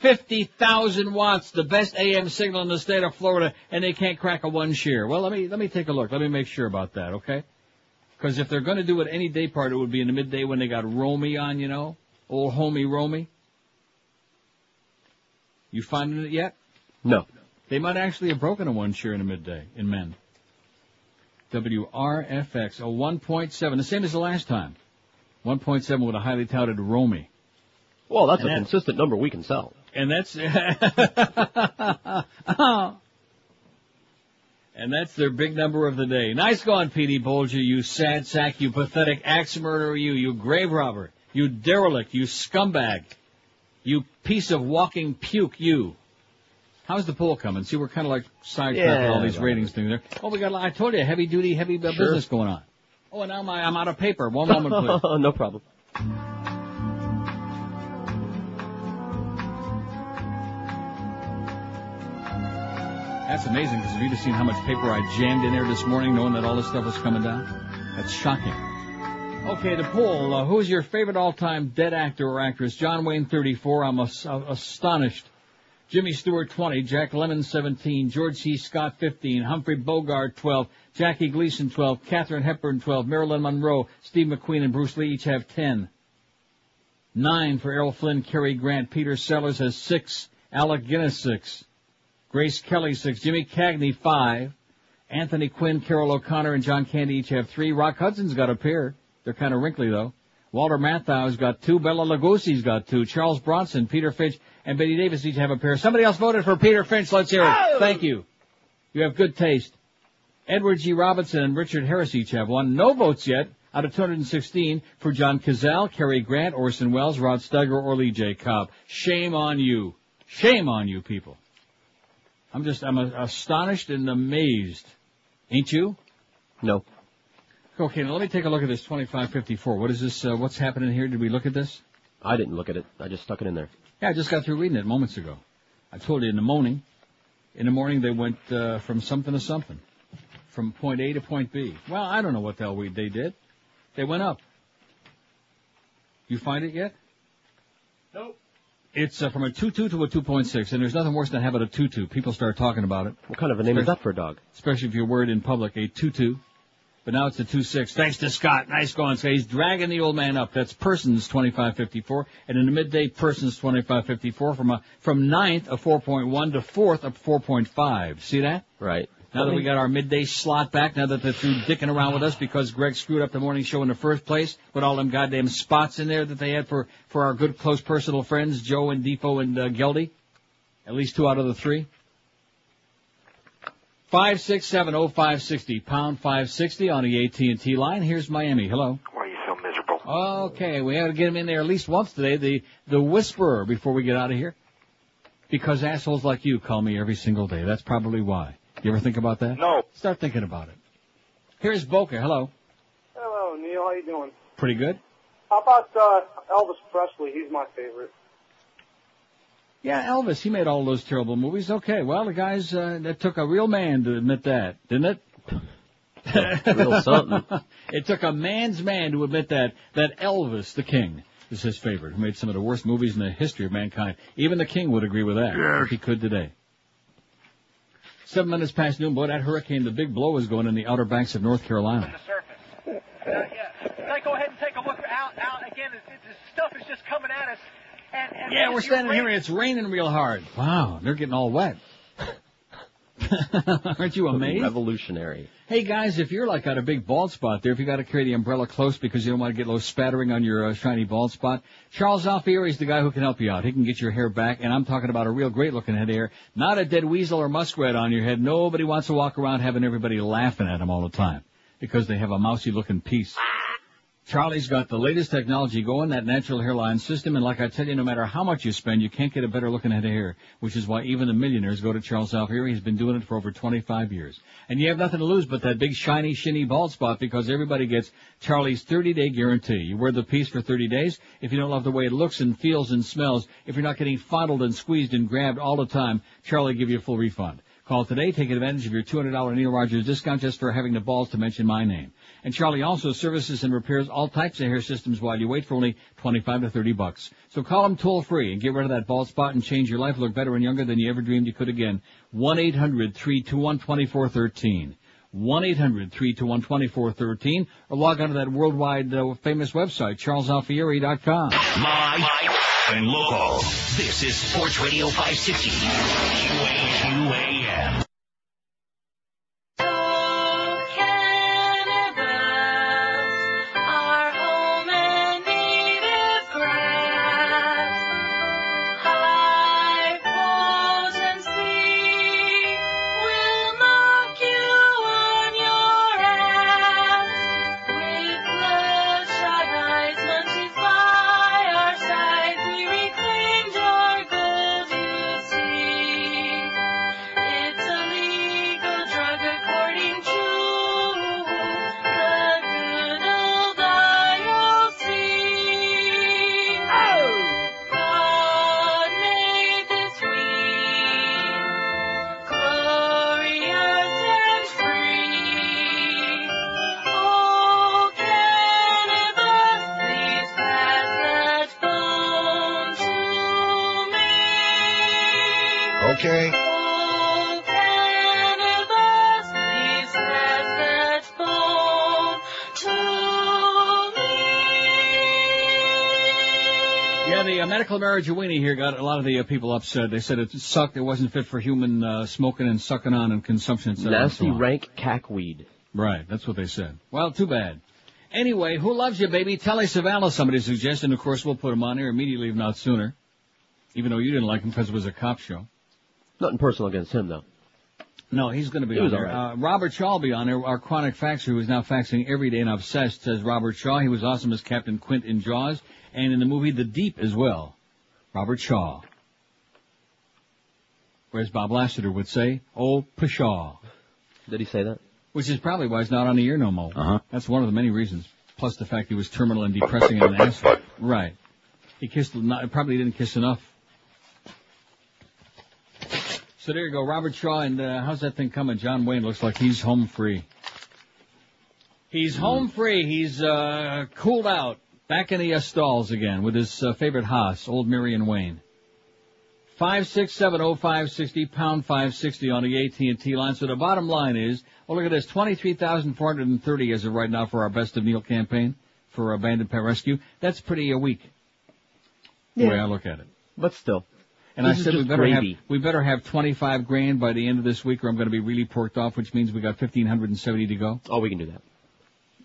S1: Fifty thousand watts, the best AM signal in the state of Florida, and they can't crack a one share. Well, let me let me take a look. Let me make sure about that, okay? Because if they're going to do it any day part, it would be in the midday when they got Romy on, you know, old homie Romy. You finding it yet?
S2: No.
S1: They might actually have broken a one share in the midday in men. WRFX. A 1.7, the same as the last time. 1.7 with a highly touted Romy.
S2: Well, that's
S1: And
S2: a
S1: that-
S2: consistent number we can sell.
S1: And that's And that's their big number of the day. Nice going, P.D. Bolger, you sad sack, you pathetic axe murderer, you, you grave robber, you derelict, you scumbag, you piece of walking puke, you. How's the poll coming? See, we're kind of like sidetracked with all
S2: Yeah,
S1: these
S2: right.
S1: ratings things there. Oh, we got, a lot- I told you, heavy duty, heavy uh,
S2: Sure.
S1: business going on. Oh, and now my, I'm out of paper. One moment, please.
S2: no problem.
S1: That's amazing because if you'd have seen how much paper I jammed in there this morning knowing that all this stuff was coming down, that's shocking. Okay, the poll. Uh, who is your favorite all-time dead actor or actress? John Wayne, 34. I'm as- uh, astonished. Jimmy Stewart, 20. Jack Lemmon, 17. George C. Scott, 15. Humphrey Bogart, 12. Jackie Gleason, 12. Katherine Hepburn, 12. Marilyn Monroe, Steve McQueen, and Bruce Lee each have 10. Nine for Errol Flynn, Cary Grant. Peter Sellers has six. Alec Guinness, six. Grace Kelly, six. Jimmy Cagney, five. Anthony Quinn, Carol O'Connor, and John Candy each have three. Rock Hudson's got a pair. They're kind of wrinkly, though. Walter Matthau's got two. Bella Lugosi's got two. Charles Bronson, Peter Finch, and Betty Davis each have a pair. Somebody else voted for Peter Finch. Let's hear it. Thank you. You have good taste. Edward G. Robinson and Richard Harris each have one. No votes yet out of 216 for John Cazale, Cary Grant, Orson Welles, Rod Steiger, or Lee J. Cobb. Shame on you. Shame on you people. I'm just, I'm astonished and amazed. Ain't you?
S2: No.
S1: Okay, now let me take a look at this 2554. What is this, uh, what's happening here? Did we look at this?
S2: I didn't look at it. I just stuck it in there.
S1: Yeah, I just got through reading it moments ago. I told you in the morning. In the morning they went, uh, from something to something. From point A to point B. Well, I don't know what the hell we, they did. They went up. You find it yet?
S2: Nope.
S1: It's uh, from a 2.2 to a 2.6, and there's nothing worse than having a 2.2. People start talking about it.
S2: What kind of a name is that for a dog?
S1: Especially if you're worried in public, a 2.2. But now it's a 2.6. Thanks to Scott. Nice going. So he's dragging the old man up. That's Persons 2554. And in the midday, Persons 2554 from a, from ninth, a 4.1 to fourth, a 4.5. See that?
S2: Right.
S1: Now that we got our midday slot back, now that they're through dicking around with us because Greg screwed up the morning show in the first place with all them goddamn spots in there that they had for, for our good close personal friends, Joe and Defoe and uh, Geldy. At least two out of the three. Five six seven oh five sixty pound five sixty on the AT and T line. Here's Miami. Hello.
S9: Why are you so miserable?
S1: Okay, we ought to get him in there at least once today. The the whisperer before we get out of here, because assholes like you call me every single day. That's probably why. You ever think about that?
S13: No.
S1: Start thinking about it. Here's Boca. Hello.
S13: Hello, Neil. How you doing?
S1: Pretty good.
S13: How about uh, Elvis Presley? He's my favorite.
S1: Yeah, Elvis. He made all those terrible movies. Okay. Well, the guys uh, that took a real man to admit that, didn't it?
S2: Real something.
S1: it took a man's man to admit that that Elvis the King is his favorite, who made some of the worst movies in the history of mankind. Even the King would agree with that if he could today. Seven minutes past noon, boy, that hurricane, the big blow is going in the outer banks of North Carolina.
S19: surface. Now, yeah. Now go ahead and take a look out, out again. It, it, this stuff is just coming at us. And, and
S1: Yeah, we're
S19: you're
S1: standing here
S19: right.
S1: and it's raining real hard. Wow, they're getting all wet. Aren't you amazed?
S2: Revolutionary.
S1: Hey guys, if you're like got a big bald spot there, if you got to carry the umbrella close because you don't want to get a little spattering on your uh, shiny bald spot, Charles Alfieri is the guy who can help you out. He can get your hair back, and I'm talking about a real great looking head of hair, not a dead weasel or muskrat on your head. Nobody wants to walk around having everybody laughing at them all the time because they have a mousy looking piece. Charlie's got the latest technology going, that natural hairline system, and like I tell you, no matter how much you spend, you can't get a better looking head of hair, which is why even the millionaires go to Charles Alfieri. He's been doing it for over 25 years. And you have nothing to lose but that big shiny shinny bald spot because everybody gets Charlie's 30 day guarantee. You wear the piece for 30 days. If you don't love the way it looks and feels and smells, if you're not getting fondled and squeezed and grabbed all the time, Charlie give you a full refund. Call today. Take advantage of your $200 Neil Rogers discount just for having the balls to mention my name. And Charlie also services and repairs all types of hair systems while you wait for only 25 to 30 bucks. So call him toll free and get rid of that bald spot and change your life. Look better and younger than you ever dreamed you could again. 1-800-321-2413. 1-800-321-2413 or log on to that worldwide uh, famous website, charlesalfieri.com.
S16: My and local. This is Sports Radio 560. QAM.
S10: Okay.
S1: Yeah, the uh, medical marijuana here got a lot of the uh, people upset. They said it sucked. It wasn't fit for human uh, smoking and sucking on and consumption. et cetera, and so
S2: Nasty
S1: on.
S2: rank cackweed.
S1: Right, that's what they said. Well, too bad. Anyway, who loves you, baby? Telly Savalas, somebody suggested. Of course, we'll put him on here immediately, if not sooner. Even though you didn't like him because it was a cop show.
S2: Nothing personal against him, though.
S1: No, he's going to be
S2: He
S1: on
S2: was
S1: there.
S2: all right.
S1: Uh, Robert Shaw will be on there. Our chronic faxer, who is now faxing every day and obsessed, says Robert Shaw. He was awesome as Captain Quint in Jaws and in the movie The Deep as well. Robert Shaw. Whereas Bob Lassiter would say, "Oh, pshaw."
S2: Did he say that?
S1: Which is probably why he's not on the air no more. Uh-huh. That's one of the many reasons. Plus the fact he was terminal and depressing and an asshole. Right. He kissed not, probably didn't kiss enough. So there you go, Robert Shaw, and uh, how's that thing coming? John Wayne looks like he's home free. He's home free. He's uh, cooled out, back in the uh, stalls again with his uh, favorite Haas, old Marion Wayne. Five six seven oh five sixty pound five sixty on the AT and T line. So the bottom line is, well, look at this twenty three thousand four hundred and thirty as of right now for our Best of Neil campaign for abandoned pet rescue. That's pretty a week. The way I look at it.
S2: But still.
S1: And
S2: This
S1: I
S2: is
S1: said we
S2: just
S1: better
S2: gravy.
S1: have we better have 25 grand by the end of this week, or I'm going to be really porked off, which means we got 1570 to go.
S2: Oh, we can do that.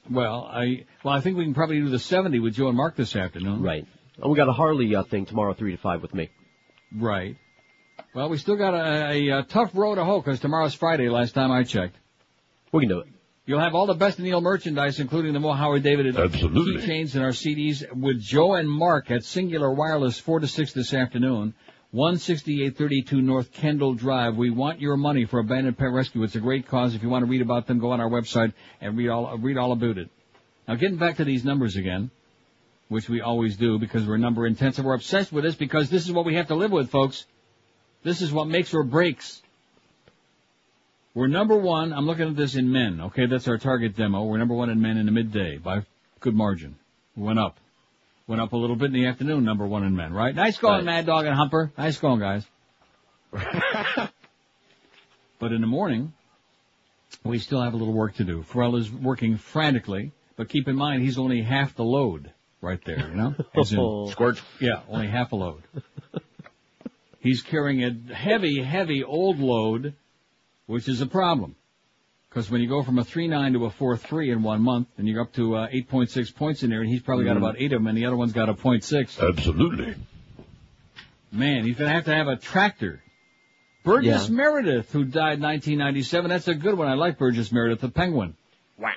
S1: Well, I well I think we can probably do the 70 with Joe and Mark this afternoon.
S2: Right. Oh, we got a Harley uh, thing tomorrow, three to five with me.
S1: Right. Well, we still got a, a, uh tough road to hoe because tomorrow's Friday. Last time I checked.
S2: We can do it.
S1: You'll have all the best Neil merchandise, including the Mo Howard David
S3: Absolutely.
S1: keychains and our CDs with Joe and Mark at Singular Wireless, four to six this afternoon. 16832 North Kendall Drive. We want your money for Abandoned Pet Rescue. It's a great cause. If you want to read about them, go on our website and read all read all about it. Now, getting back to these numbers again, which we always do because we're number intensive. We're obsessed with this because this is what we have to live with, folks. This is what makes or breaks. We're number one. I'm looking at this in men. Okay, that's our target demo. We're number one in men in the midday by good margin. We went up. Went up a little bit in the afternoon, number one in men, right? Nice going, Mad Dog and Humper. Nice going, guys. but in the morning, we still have a little work to do. Pharrell is working frantically, but keep in mind he's only half the load right there, you know? As in, squirt. Yeah, only half a load. He's carrying a heavy, heavy old load, which is a problem. Because when you go from a 3.9 to a 4.3 in one month, and you're up to uh, 8.6 points in there, and he's probably got
S3: Mhm.
S1: about eight of them, and the other one's got a point six.
S3: Absolutely.
S1: Man, he's going to have to have a tractor. Burgess Meredith, who died 1997, that's a good one. I like Burgess Meredith, the penguin.
S2: You know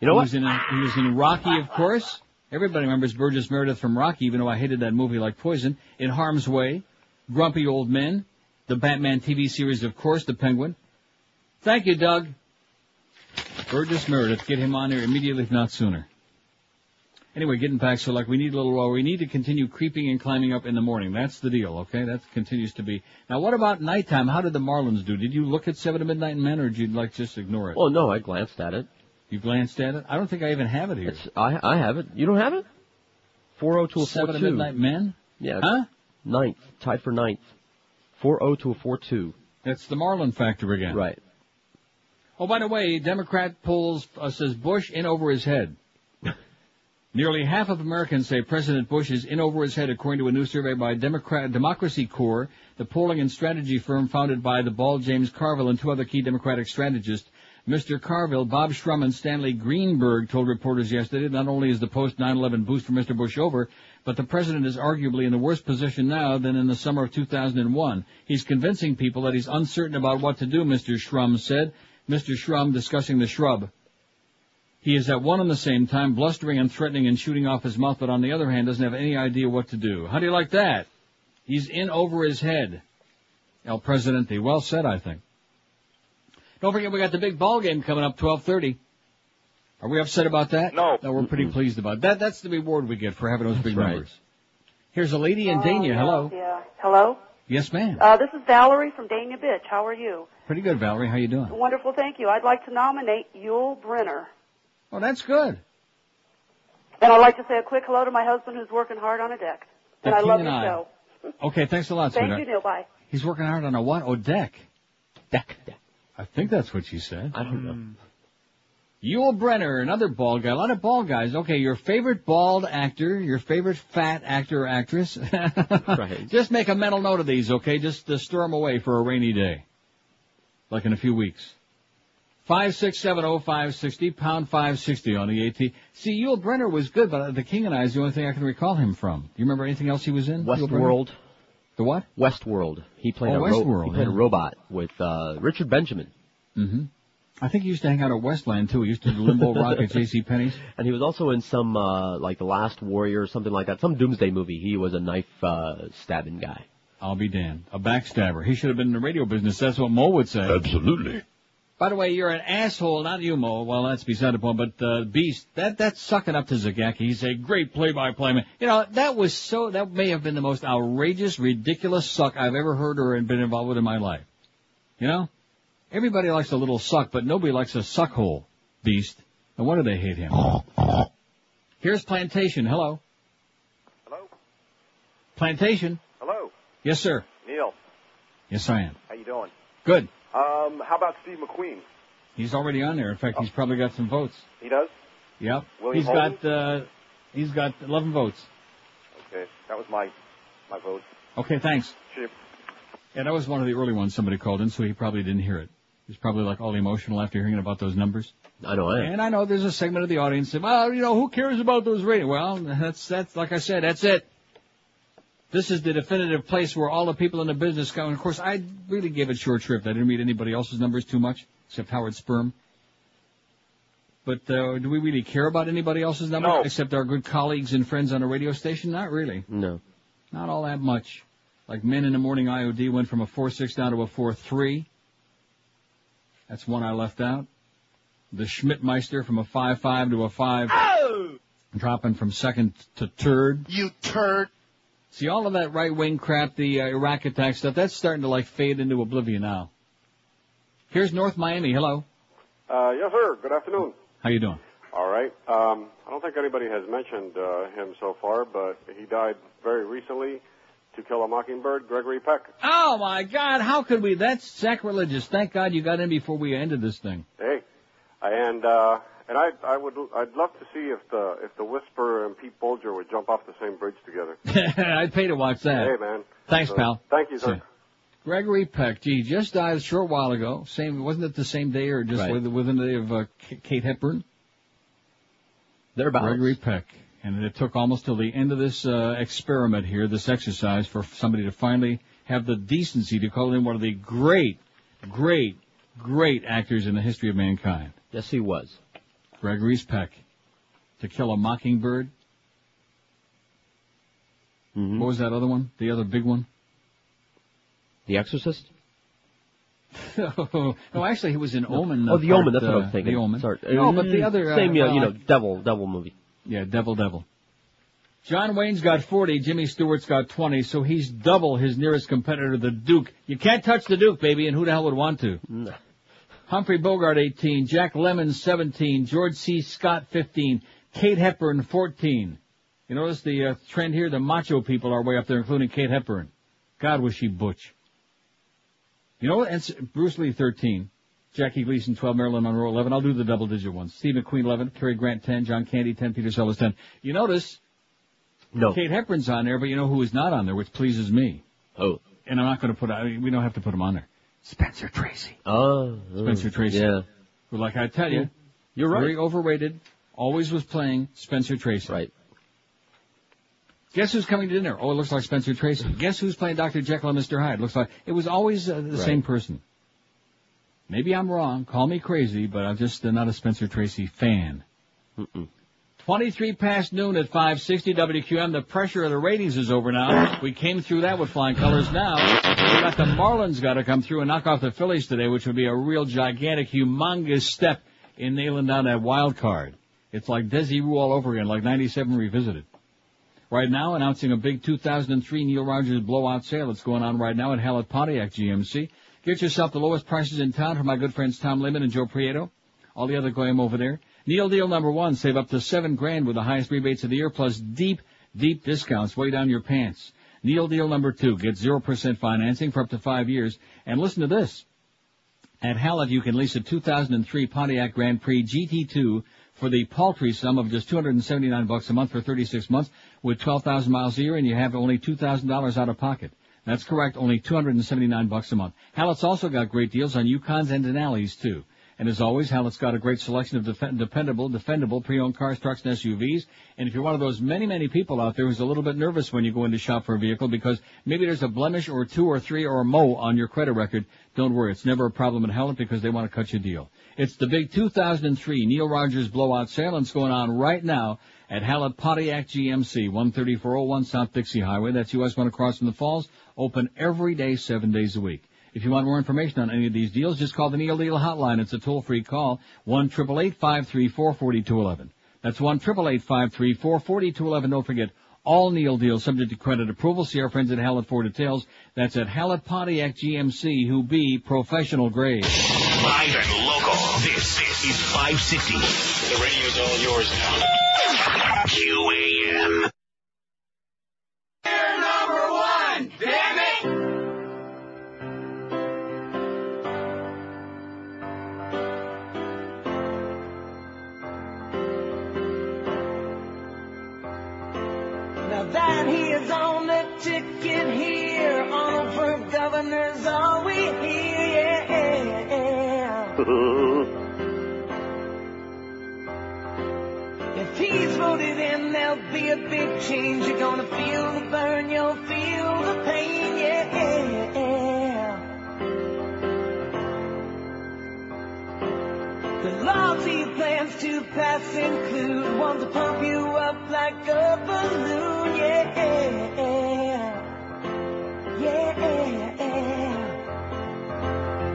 S1: he
S2: what?
S1: Was in he was in Rocky, of course. Everybody remembers Burgess Meredith from Rocky, even though I hated that movie like poison. In Harm's Way, Grumpy Old Men, the Batman TV series, of course, the Penguin. Thank you, Doug. Burgess Meredith, get him on there immediately, if not sooner. Anyway, getting back, so like we need a little, well, we need to continue creeping and climbing up in the morning. That's the deal, okay? That continues to be. Now, what about nighttime? How did the Marlins do? Did you look at 7 to Midnight Men, or did you like just ignore it?
S2: Well, no, I glanced at it.
S1: You glanced at it? I don't think I even have it here.
S2: I I have it. You don't have it? Four oh to a four
S1: Seven
S2: two.
S1: to midnight men.
S2: Yeah.
S1: Huh?
S2: Ninth, tied for ninth. Four oh to a four two.
S1: That's the Marlin factor again.
S2: Right.
S1: Oh, by the way, Democrat polls uh, says Bush in over his head. Nearly half of Americans say President Bush is in over his head, according to a new survey by Democrat Democracy Corps, the polling and strategy firm founded by the bald James Carville and two other key Democratic strategists. Mr. Carville, Bob Shrum, and Stanley Greenberg told reporters yesterday not only is the post 9/11 boost for Mr. Bush over, but the president is arguably in the worse position now than in the summer of 2001. He's convincing people that he's uncertain about what to do. Mr. Shrum said. Mr. Shrum discussing the shrub. He is at one and the same time blustering and threatening and shooting off his mouth, but on the other hand doesn't have any idea what to do. How do you like that? He's in over his head. El Presidente, well said, I think. Don't forget we got the big ball game coming up, 12:30. Are we upset about that? No. No, we're pretty pleased about that. That's the reward we get for having those big numbers. Here's a lady in Dania. Hello.
S6: Yeah. Hello.
S1: Yes, ma'am.
S6: Uh, this is Valerie from Dania Bitch. How are you?
S1: Pretty good, Valerie. How you doing?
S6: Wonderful. Thank you. I'd like to nominate Yul Brenner.
S1: Oh, that's good.
S6: And I'd like to say a quick hello to my husband who's working hard on a deck.
S1: The
S6: and I
S1: king
S6: love
S1: and
S6: your
S1: I.
S6: show.
S1: Okay, thanks a lot,
S6: Thank
S1: sweetheart.
S6: you, Neil. Bye.
S1: He's working hard on a what? Oh, deck. Deck. I think that's what she said. I don't know. Hmm. Yul Brenner, another bald guy, a lot of bald guys. Okay, your favorite bald actor, your favorite fat actor or actress. right. Just make a mental note of these, okay? Just to store them away for a rainy day. Like in a few weeks. Five six seven oh five sixty pound five sixty on the AT. See, Yul Brenner was good, but The King and I is the only thing I can recall him from. Do you remember anything else he was in? Yul Brynner?
S2: Westworld.
S1: The what?
S2: Westworld. He played
S1: Oh,
S2: a ro-
S1: Westworld,
S2: he played
S1: yeah.
S2: a robot with uh, Richard Benjamin.
S1: Mm-hmm. I think he used to hang out at Westland too. He used to do Limbo Rock at J.C. Penney's.
S2: And he was also in some uh, like The Last Warrior or something like that, some doomsday movie. He was a knife uh, stabbing guy.
S1: I'll be damned. A backstabber. He should have been in the radio business. That's what Mo would say. Absolutely. By the way, you're an asshole, not you, Mo. Well, that's beside the point. But uh, Beast, that that's sucking up to Zagacki. He's a great play-by-play man. You know, that was so. That may have been the most outrageous, ridiculous suck I've ever heard or been involved with in my life. You know, everybody likes a little suck, but nobody likes a suckhole. Beast. No wonder they hate him. Here's Plantation. Hello.
S7: Hello?
S1: Plantation.
S7: Hello,
S1: Yes, sir.
S7: Neil.
S1: Yes, I am.
S7: How you doing?
S1: Good.
S7: Um, how about Steve McQueen?
S1: He's already on there. In fact, he's probably got some votes.
S7: He does.
S1: Yep.
S7: Willie
S1: He's
S7: Holden?
S1: got uh, he's got 11 votes.
S7: Okay, that was my my vote.
S1: Okay, thanks.
S7: Sure.
S1: Yeah, that was one of the early ones somebody called in, so he probably didn't hear it. He's probably like all emotional after hearing about those numbers.
S2: I know I am.
S1: And I know there's a segment of the audience that, well, you know, who cares about those ratings? Well, that's that's like I said, that's it. This is the definitive place where all the people in the business go. And of course, I really gave it short shrift. I didn't read anybody else's numbers too much, except Howard Sperm. But uh, do we really care about anybody else's numbers except our good colleagues and friends on a radio station? Not really.
S2: No.
S1: Not all that much. Like men in the morning IOD went from a four six down to a four three. That's one I left out. The Schmidtmeister from a five five to a five, dropping from second to third. Oh! You turd. See, all of that right wing crap, the uh, Iraq attack stuff, that's starting to like fade into oblivion now. Here's North Miami. Hello.
S9: Uh, yes, sir. Good afternoon.
S1: How you doing?
S9: All right. Um, I don't think anybody has mentioned uh, him so far, but he died very recently. To Kill a Mockingbird, Gregory Peck.
S1: Oh my God! How could we? That's sacrilegious. Thank God you got in before we ended this thing.
S9: Hey, and uh, and I I would I'd love to see if the if the Whisperer and Pete Bolger would jump off the same bridge together.
S1: I'd pay to watch that.
S9: Hey, man.
S1: Thanks,
S9: So,
S1: pal.
S9: Thank you,
S1: See
S9: sir.
S1: ya. Gregory Peck, gee, just died a short while ago. Same, wasn't it the same day or just
S2: Right.
S1: with within the day of uh, K- Kate Hepburn?
S2: Thereabouts.
S1: Gregory Peck, and it took almost till the end of this uh, experiment here, this exercise, for somebody to finally have the decency to call in one of the great, great, great actors in the history of mankind.
S2: Yes, he was.
S1: Gregory's Peck, To Kill a Mockingbird.
S2: Mm-hmm.
S1: What was that other one? The other big one?
S2: The Exorcist.
S1: no, Oh, actually, he was in Omen.
S2: oh, The
S1: part,
S2: Omen. That's what
S1: uh,
S2: I was thinking.
S1: The Omen.
S2: Sorry. Mm,
S1: No, but the other uh,
S2: same, yeah,
S1: well,
S2: you
S1: I-
S2: know, devil, devil movie.
S1: Yeah, devil, devil. John Wayne's got 40, Jimmy Stewart's got 20, so he's double his nearest competitor, the Duke. You can't touch the Duke, baby, and who the hell would want to? Humphrey Bogart, 18, Jack Lemmon, 17, George C. Scott, 15, Kate Hepburn, 14. You notice the uh, trend here? The macho people are way up there, including Kate Hepburn. God, was she butch. You know what? And s- Bruce Lee, 13. Jackie Gleason, 12. Marilyn Monroe, 11. I'll do the double digit ones. Steve McQueen, 11. Cary Grant, 10. John Candy, 10. Peter Sellers, 10. You notice?
S2: No.
S1: Kate Hepburn's on there, but you know who is not on there, which pleases me.
S2: Oh.
S1: And I'm not going to put, I mean, we don't have to put him on there. Spencer Tracy.
S2: Oh.
S1: Spencer Tracy.
S2: Yeah.
S1: Who, like I tell you,
S2: You're right.
S1: Very overrated. Always was playing Spencer Tracy.
S2: Right.
S1: Guess who's coming to dinner? Oh, it looks like Spencer Tracy. Guess who's playing Dr. Jekyll and Mr. Hyde? Looks like it was always uh, the
S2: Right.
S1: same person. Maybe I'm wrong. Call me crazy, but I'm just uh, not a Spencer Tracy fan. 23 past noon at 560 WQM. The pressure of the ratings is over now. We came through that with flying colors now. We got the Marlins got to come through and knock off the Phillies today, which would be a real gigantic, humongous step in nailing down that wild card. It's like Desi Rue all over again, like 97 revisited. Right now, announcing a big 2003 Neil Rogers blowout sale that's going on right now at Hallett Pontiac GMC. Get yourself the lowest prices in town from my good friends Tom Lehman and Joe Prieto. All the other goyim over there. Neil Deal number one, save up to seven grand with the highest rebates of the year, plus deep, deep discounts way down your pants. Neil Deal number two, get 0% financing for up to five years. And listen to this. At Hallett, you can lease a 2003 Pontiac Grand Prix GT2 for the paltry sum of just 279 bucks a month for 36 months with 12,000 miles a year and you have only $2,000 out of pocket. That's correct, only 279 bucks a month. Hallett's also got great deals on Yukons and Denali's too. And as always, Hallett's got a great selection of def- dependable, defendable pre-owned cars, trucks, and SUVs. And if you're one of those many, many people out there who's a little bit nervous when you go in to shop for a vehicle because maybe there's a blemish or two or three or a mo on your credit record, don't worry. It's never a problem at Hallett because they want to cut you a deal. It's the big 2003 Neil Rogers blowout sale and it's going on right now at Hallett Pontiac GMC, 13401 South Dixie Highway. That's US 1 across from the falls. Open every day, seven days a week. If you want more information on any of these deals, just call the Neil Deal Hotline. It's a toll-free call, one triple eight five three four forty two eleven. That's one triple eight five three four forty two eleven. Don't forget, all Neil deals subject to credit approval. See our friends at Hallett for details. That's at Hallett Pontiac GMC, who be professional grade.
S16: Live and local. This, this is 560. The radio's all yours now. QAM.
S10: You're number one! Damn it!
S8: Now that he is on the ticket here, on for governor's all we hear. Yeah. If he's voted in, there'll be a big change. You're gonna feel the burn, you'll feel the pain. Yeah. The laws he plans to pass include one to pump you up like a balloon, yeah. Yeah.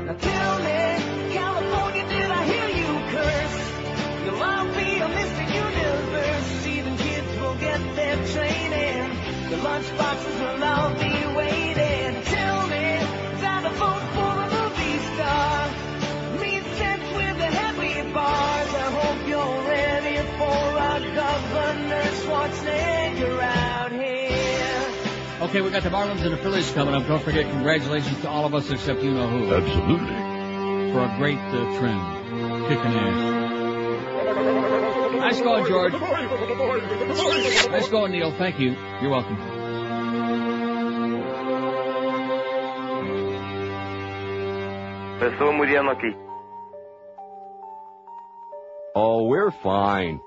S8: Now tell me, California, did I hear you curse? You'll all be a Mr. Universe. Even kids will get their training. The lunchboxes will all be waiting. Tell me, time to vote for a movie star. Me sent with the heavy bars. I hope you're ready for our governor Schwarzenegger out here.
S1: Okay, we got the Marlins and the Phillies coming up. Don't forget, congratulations to all of us except you know who. Absolutely. For a great uh, trend. Kicking ass. Nice going, George. Nice going, Neil. Thank you. You're welcome.
S11: Estoy muy bien aquí.
S12: Oh, we're fine.